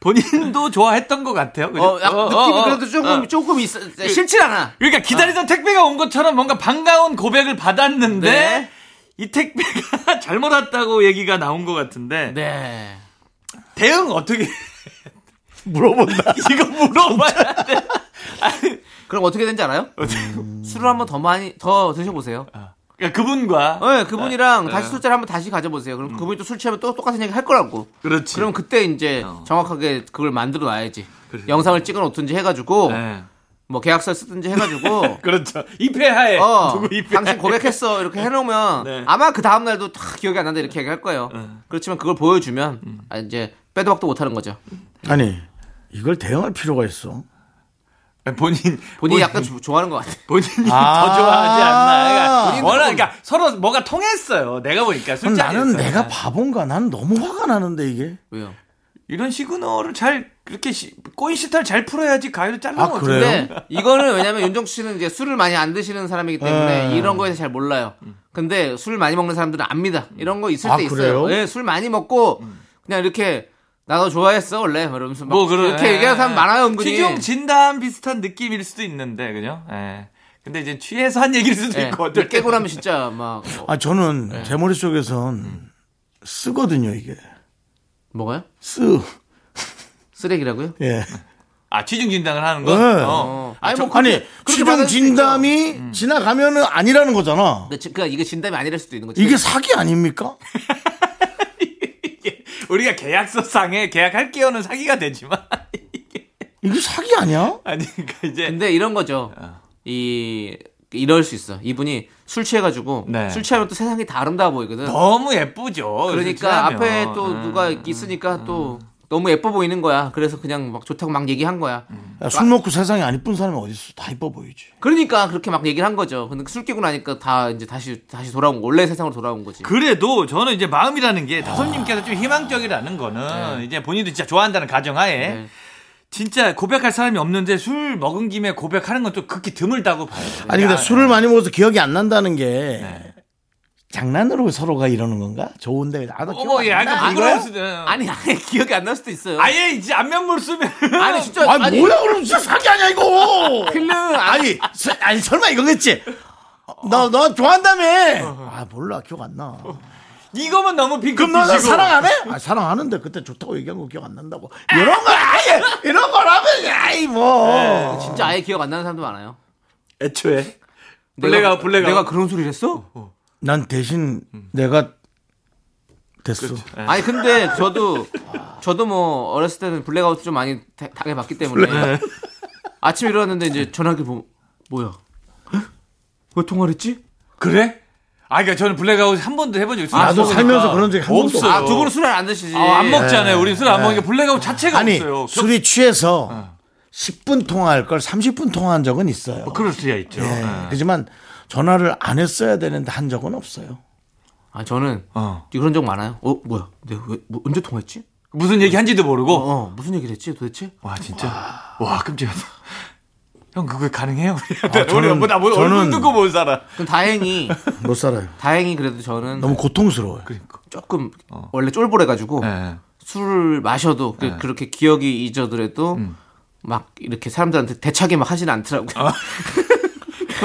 Speaker 5: 본인도 좋아했던 것 같아요. 그죠?
Speaker 2: 어, 약
Speaker 5: 어,
Speaker 2: 느낌이
Speaker 5: 어, 어.
Speaker 2: 그래도 조금 조금 있어 싫진 않아.
Speaker 5: 그러니까 기다리던 택배가 온 것처럼 뭔가 반가운 고백을 받았는데
Speaker 2: 네.
Speaker 5: 이 택배가 잘못 왔다고 얘기가 나온 것 같은데
Speaker 2: 네.
Speaker 5: 대응 어떻게
Speaker 1: 물어본다.
Speaker 5: 이거 물어봐야 돼. 아니,
Speaker 2: 그럼 어떻게 된지 알아요? 술을 한번 더 많이 더 드셔보세요.
Speaker 5: 그러니까 그분과
Speaker 2: 네, 그분이랑 다시 술자리 한번 다시 가져보세요. 그럼 그분이 또 술 취하면 또 똑같은 얘기 할 거라고.
Speaker 5: 그렇지.
Speaker 2: 그럼 그때 이제
Speaker 5: 어.
Speaker 2: 정확하게 그걸 만들어 놔야지.
Speaker 5: 그래.
Speaker 2: 영상을 찍어 놓든지 해가지고
Speaker 5: 네.
Speaker 2: 뭐 계약서 쓰든지 해가지고
Speaker 5: 그렇죠. 입회하에
Speaker 2: 어
Speaker 5: 누구 입회
Speaker 2: 당신 고백했어 이렇게 해놓으면
Speaker 5: 네.
Speaker 2: 아마 그 다음 날도 다 기억이 안 난다 이렇게 얘기할 거예요. 그렇지만 그걸 보여주면
Speaker 5: 음.
Speaker 2: 아, 이제 빼도 박도 못하는 거죠.
Speaker 1: 아니 이걸 대응할 필요가 있어.
Speaker 5: 본인
Speaker 2: 본인이 약간 조- 좋아하는 것 같아.
Speaker 5: 본인이
Speaker 1: 아.
Speaker 5: 더 좋아하지 않나. 그러니까
Speaker 2: 본인도
Speaker 5: 워낙
Speaker 2: 좀-
Speaker 5: 그러니까 서로 뭐가 통했어요. 내가 보니까
Speaker 1: 그럼
Speaker 5: 술자리에서.
Speaker 1: 나는 내가 바본가? 난 너무 화가 나는데 이게.
Speaker 2: 왜요?
Speaker 5: 이런 시그널을 잘 그렇게 시- 꼬인 시타를 잘 풀어야지 가위로 잘라
Speaker 1: 아
Speaker 5: 먹
Speaker 1: 그래요?
Speaker 2: 뭐, 근데 이거는 왜냐면 윤정수 씨는 이제 술을 많이 안 드시는 사람이기 때문에
Speaker 1: 네.
Speaker 2: 이런 거에 잘 몰라요.
Speaker 5: 음.
Speaker 2: 근데 술 많이 먹는 사람들은 압니다. 이런 거 있을
Speaker 1: 아,
Speaker 2: 때 있어요.
Speaker 1: 그래요?
Speaker 2: 예, 술 많이 먹고 그냥 이렇게 나도 좋아했어 원래 이러면서 막
Speaker 5: 음. 뭐 그런
Speaker 2: 이렇게 얘기하는 사람 많아요 은근히.
Speaker 5: 취중 진담 비슷한 느낌일 수도 있는데 그죠? 예. 근데 이제 취해서 한 얘기일 수도
Speaker 2: 예,
Speaker 5: 있고 어떨 때
Speaker 2: 깨고 나면 진짜 막 어,
Speaker 1: 아 저는 제 머릿속에선
Speaker 2: 음.
Speaker 1: 쓰거든요 이게.
Speaker 2: 뭐가요?
Speaker 1: 쓰.
Speaker 2: 쓰레기라고요?
Speaker 1: 예.
Speaker 5: 아 취중 진담을 하는 거.
Speaker 1: 네.
Speaker 5: 어. 아,
Speaker 2: 아니,
Speaker 5: 저-
Speaker 2: 뭐 그렇게-
Speaker 1: 아니
Speaker 2: 그렇게
Speaker 1: 추정
Speaker 2: 받아들일 수 음.
Speaker 1: 진담이 지나가면은 아니라는 거잖아.
Speaker 2: 근데 지- 그러니까 이게 진담이 아니랄 수도 있는 거지.
Speaker 1: 이게 사기 아닙니까?
Speaker 5: 우리가 계약서상에 계약할게요는 사기가 되지만
Speaker 1: 이게 사기 아니야?
Speaker 5: 아니 그러니까 이제
Speaker 2: 근데 이런 거죠.
Speaker 5: 아.
Speaker 2: 이 이럴 수 있어. 이분이 술 취해가지고
Speaker 5: 네.
Speaker 2: 술 취하면 또 세상이 다 아름다워 보이거든.
Speaker 5: 너무 예쁘죠.
Speaker 2: 그러니까
Speaker 5: 술취하면.
Speaker 2: 앞에 또
Speaker 5: 음.
Speaker 2: 누가 있으니까 또 너무 예뻐 보이는 거야. 그래서 그냥 막 좋다고 막 얘기한 거야.
Speaker 5: 음.
Speaker 1: 야,
Speaker 2: 아.
Speaker 1: 술 먹고 세상에 안 이쁜 사람이 어디 있어? 다 이뻐 보이지.
Speaker 2: 그러니까 그렇게 막 얘기를 한 거죠. 근데 술 깨고 나니까 다 이제 다시 다시 돌아온 거, 원래 세상으로 돌아온 거지.
Speaker 5: 그래도 저는 이제 마음이라는 게
Speaker 1: 아.
Speaker 5: 다솜님께서 좀 희망적이라는
Speaker 1: 네.
Speaker 5: 거는 이제 본인도 진짜 좋아한다는 가정하에
Speaker 2: 네.
Speaker 5: 진짜 고백할 사람이 없는데 술 먹은 김에 고백하는 건 좀 극히 드물다고 봐요.
Speaker 1: 아니 근데 술을 많이 먹어서 기억이 안 난다는 게
Speaker 5: 네.
Speaker 1: 장난으로 서로가 이러는 건가? 좋은데 아나 기억
Speaker 5: 어머, 예,
Speaker 1: 안 나.
Speaker 5: 약간
Speaker 1: 이거야?
Speaker 5: 그럴 수도.
Speaker 2: 아니 아예 기억이 안 날 수도 있어요.
Speaker 5: 아예 이제 안면물 쓰면
Speaker 2: 아니, 진짜
Speaker 1: 아
Speaker 2: 아니,
Speaker 1: 뭐야 그럼 진짜 사기 아니야 이거?
Speaker 2: 필름 아니
Speaker 1: 아니 서- 아니 설마 이거겠지?
Speaker 5: 어,
Speaker 1: 너 너 좋아한다며? 아 몰라 기억 안 나.
Speaker 5: 이거면 너무 핑크
Speaker 1: 그럼 너는
Speaker 5: 삐지고.
Speaker 1: 사랑 안 해? 아, 사랑하는데 그때 좋다고 얘기한 거 기억 안 난다고. 이런 거 아예 이런 거라면 아이 뭐.
Speaker 2: 진짜 아예 기억 안 나는 사람도 많아요.
Speaker 5: 네. 애초에
Speaker 2: 내가-
Speaker 5: 블랙아웃, 블랙아웃.
Speaker 2: 내가 그런 소리를 했어?
Speaker 1: 난 대신
Speaker 5: 음.
Speaker 1: 내가 됐어.
Speaker 2: 아니 근데 저도 저도 뭐 어렸을 때는 블랙아웃 좀 많이 다- 당해봤기 때문에 아침에 일어났는데 이제 전화기 보 뭐야? 헉? 왜 통화를 했지?
Speaker 5: 그래? 아, 그러니까 저는 블랙아웃 한 번도 해본 적 있어요.
Speaker 1: 나도
Speaker 5: 없으니까.
Speaker 1: 살면서 그런 적이 한 번도
Speaker 5: 없어요.
Speaker 2: 아, 두 분은 술을 안 드시지.
Speaker 5: 아, 안 먹잖아요. 우리 술안 먹으니까 블랙아웃 자체가
Speaker 1: 아니
Speaker 5: 없어요. 저-
Speaker 1: 술이 취해서 10분 통화할 걸 30분 통화한 적은 있어요.
Speaker 5: 그럴 수야 있죠.
Speaker 1: 예,
Speaker 5: 예.
Speaker 1: 그렇지만 전화를 안 했어야 되는데 한 적은 없어요.
Speaker 2: 아, 저는
Speaker 5: 어.
Speaker 2: 그런 적 많아요. 어, 뭐야? 내가 왜, 뭐, 언제 통화했지?
Speaker 5: 무슨 얘기 한지도 모르고.
Speaker 2: 어, 어, 무슨 얘기를 했지 도대체?
Speaker 5: 와, 진짜. 와, 끔찍하다. 형, 그거 가능해요?
Speaker 1: 아, 저는-
Speaker 5: 우리 나뭐 얼굴
Speaker 1: 저는-
Speaker 5: 듣고 못 살아.
Speaker 2: 그럼 다행히
Speaker 1: 못 살아요.
Speaker 2: 다행히 그래도 저는
Speaker 1: 너무 고통스러워요.
Speaker 5: 그
Speaker 2: 조금
Speaker 5: 어.
Speaker 2: 원래 쫄보래 가지고
Speaker 5: 예.
Speaker 2: 술을 마셔도
Speaker 5: 네.
Speaker 2: 그, 렇게 기억이
Speaker 5: 음.
Speaker 2: 잊어더라도 막 이렇게 사람들한테 대차게 막 하진 않더라고요.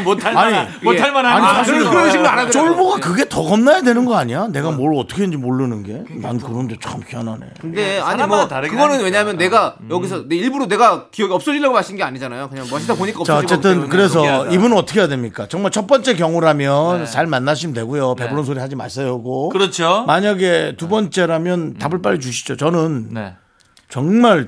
Speaker 5: 못할
Speaker 1: 아니, 예.
Speaker 5: 만한 못할 만한
Speaker 1: 아니,
Speaker 5: 아,
Speaker 1: 사실은
Speaker 5: 그런-
Speaker 2: 그런 식으로 안 하더라고요.
Speaker 1: 쫄보가 그게 더 겁나야 되는 거 아니야? 내가 뭘 어떻게 했는지 모르는 게. 난 그런데 참 희한하네.
Speaker 2: 근데 아니
Speaker 5: 사람마다
Speaker 2: 뭐
Speaker 5: 다르긴
Speaker 2: 그거는
Speaker 5: 하니까. 음.
Speaker 2: 왜냐하면 내가 여기서 내 일부러 내가 기억이 없어지려고 마신 게 아니잖아요. 그냥 멋있다 보니까
Speaker 1: 자,
Speaker 2: 없어지고
Speaker 1: 어쨌든
Speaker 2: 때문에.
Speaker 1: 그래서
Speaker 2: 신기하다.
Speaker 1: 이분은 어떻게 해야 됩니까? 정말 첫 번째 경우라면 잘 만나시면 되고요. 배부른 소리 하지 마세요고.
Speaker 5: 그렇죠.
Speaker 1: 만약에 두 번째라면 답을 빨리 주시죠. 저는
Speaker 5: 네.
Speaker 1: 정말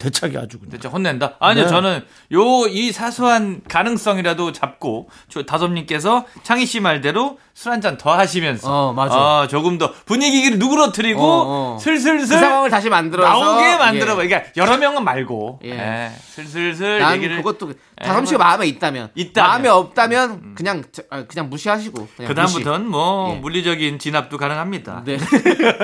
Speaker 1: 대차게 아주 그냥.
Speaker 5: 대체 혼낸다. 아니요,
Speaker 1: 네.
Speaker 5: 저는 요 이 사소한 가능성이라도 잡고 저 다솜님께서 창희 씨 말대로 술 한 잔 더 하시면서
Speaker 2: 어, 맞아.
Speaker 5: 어, 조금 더 분위기를 누그러뜨리고
Speaker 2: 어, 어.
Speaker 5: 슬슬슬
Speaker 2: 그 상황을 다시 만들어서
Speaker 5: 나오게 만들어 봐.
Speaker 2: 예.
Speaker 5: 그러니까 여러 명은 말고
Speaker 2: 예.
Speaker 5: 예, 슬슬슬
Speaker 2: 난
Speaker 5: 얘기를 예,
Speaker 2: 그것도 다솜 씨가 마음에 있다면,
Speaker 5: 있다면.
Speaker 2: 마음에 없다면 그냥 저- 아, 그냥 무시하시고 그냥
Speaker 5: 그다음부터는 뭐
Speaker 2: 예.
Speaker 5: 물리적인 진압도 가능합니다.
Speaker 2: 무시. 네.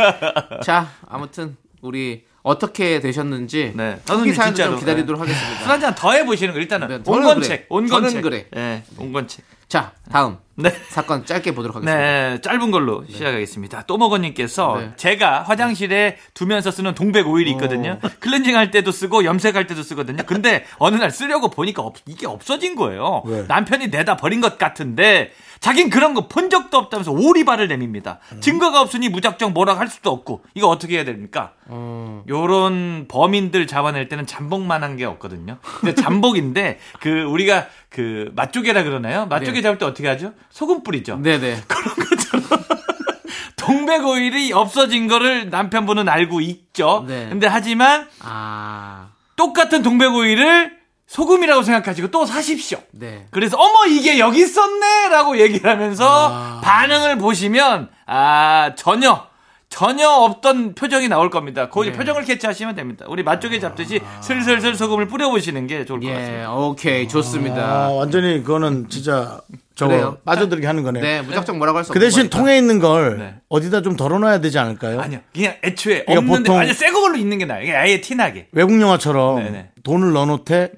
Speaker 2: 자 아무튼 우리 어떻게 되셨는지
Speaker 5: 네.
Speaker 2: 후기
Speaker 5: 다솜님
Speaker 2: 사연도
Speaker 5: 진짜로. 네.
Speaker 2: 좀 기다리도록
Speaker 5: 술
Speaker 2: 하겠습니다.
Speaker 5: 한 잔 더 해 보시는 거 일단은
Speaker 2: 네, 저는 그래.
Speaker 5: 온건책,
Speaker 2: 저는
Speaker 5: 온건책.
Speaker 2: 그래.
Speaker 5: 예, 온건책.
Speaker 2: 자 다음
Speaker 5: 네.
Speaker 2: 사건 짧게 보도록 하겠습니다.
Speaker 5: 네, 짧은 걸로 시작하겠습니다. 또먹어님께서
Speaker 2: 네.
Speaker 5: 제가 화장실에 두면서 쓰는 동백 오일이 있거든요. 클렌징 할 때도 쓰고 염색할 때도 쓰거든요. 근데 어느 날 쓰려고 보니까 없- 이게 없어진 거예요. 남편이 내다 버린 것 같은데 자긴 그런 거 본 적도 없다면서 오리발을 내밉니다.
Speaker 2: 음.
Speaker 5: 증거가 없으니 무작정 뭐라 할 수도 없고 이거 어떻게 해야 됩니까? 음. 요런 범인들 잡아낼 때는 잠복만한 게 없거든요. 근데 잠복인데 그 우리가 그 맛조개라 그러나요? 맛조개
Speaker 2: 네.
Speaker 5: 잡을 때 어떻게 하죠? 소금 뿌리죠.
Speaker 2: 네네.
Speaker 5: 그런 것처럼 동백오일이 없어진 거를 남편분은 알고 있죠.
Speaker 2: 네.
Speaker 5: 근데 하지만
Speaker 2: 아
Speaker 5: 똑같은 동백오일을 소금이라고 생각하시고 또 사십시오.
Speaker 2: 네.
Speaker 5: 그래서 어머 이게 여기 있었네라고 얘기를 하면서
Speaker 1: 아.
Speaker 5: 반응을 보시면 아 전혀 전혀 없던 표정이 나올 겁니다.
Speaker 1: 예.
Speaker 5: 거기 표정을 캐치하시면 됩니다. 우리
Speaker 1: 아.
Speaker 5: 맛조개 잡듯이 슬슬슬 소금을 뿌려보시는 게 좋을 것 같습니다.
Speaker 2: 예, 오케이, 좋습니다.
Speaker 1: 아,
Speaker 5: 네.
Speaker 1: 완전히 그거는 진짜 저거
Speaker 2: 그래요.
Speaker 1: 빠져들게 하는 거네요.
Speaker 2: 네, 무작정 뭐라고 할 수 없어.
Speaker 1: 그 대신 통에 있는 걸
Speaker 5: 네.
Speaker 1: 어디다 좀 덜어놔야 되지 않을까요?
Speaker 5: 아니요, 그냥 애초에
Speaker 1: 그러니까
Speaker 5: 없는데
Speaker 1: 보통-
Speaker 5: 아니 새거 걸로 있는 게 나아요. 이게 아예 티나게.
Speaker 1: 외국 영화처럼
Speaker 5: 네네. 음. 네,
Speaker 1: 돈을 넣어놓되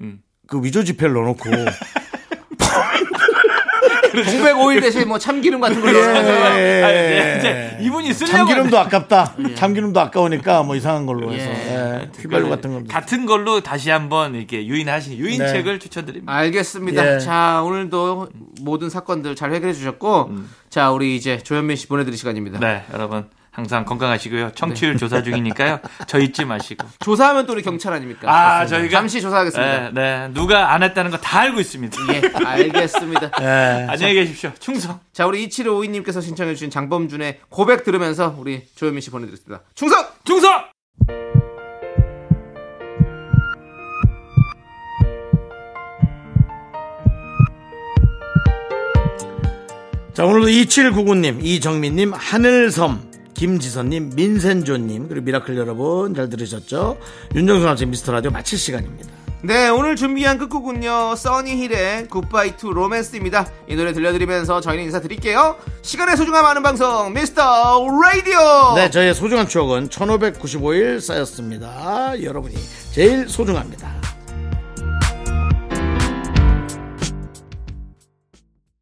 Speaker 1: 그 위조 지폐를 넣어놓고
Speaker 2: 동백 오일 대신 뭐 참기름 같은 걸로. 넣어서.
Speaker 5: 아,
Speaker 1: 예.
Speaker 5: 네, 이제 이분이 쓰려고 예.
Speaker 1: 참기름도 아깝다. 참기름도 아까우니까 뭐 이상한 걸로 해서
Speaker 2: 예.
Speaker 1: 예. 휘발유 같은 걸로.
Speaker 5: 같은 걸로 그 다시 한번 이렇게 유인하신 유인책을
Speaker 1: 네.
Speaker 5: 추천드립니다.
Speaker 2: 알겠습니다.
Speaker 1: 예.
Speaker 2: 자, 오늘도 모든 사건들 잘 해결해 주셨고,
Speaker 1: 음.
Speaker 2: 자, 우리 이제 조현민 씨 보내드릴 시간입니다.
Speaker 5: 네, 여러분 항상 건강하시고요. 청취율
Speaker 1: 네.
Speaker 5: 조사 중이니까요. 저 잊지 마시고.
Speaker 2: 조사하면 또 우리 경찰 아닙니까?
Speaker 5: 아, 저희가-
Speaker 2: 잠시 조사하겠습니다.
Speaker 5: 네, 네, 누가 안 했다는 거 다 알고 있습니다. 네.
Speaker 2: 예, 알겠습니다.
Speaker 1: 예.
Speaker 5: 안녕히 계십시오. 충성.
Speaker 2: 자, 우리 2752님께서 신청해주신 장범준의 고백 들으면서 우리 조현민 씨 보내드리겠습니다. 충성!
Speaker 5: 충성.
Speaker 1: 자, 오늘도 2799님, 이정민님, 하늘섬, 김지선님, 민센조님, 그리고 미라클 여러분 잘 들으셨죠? 윤정수 남친 미스터 라디오 마칠 시간입니다.
Speaker 2: 네, 오늘 준비한 끝곡은요. 써니힐의 굿바이 투 로맨스입니다. 이 노래 들려드리면서 저희는 인사드릴게요. 시간의 소중함 아는 방송 미스터 라디오.
Speaker 1: 네, 저의 소중한 추억은 1595일 쌓였습니다. 여러분이 제일 소중합니다.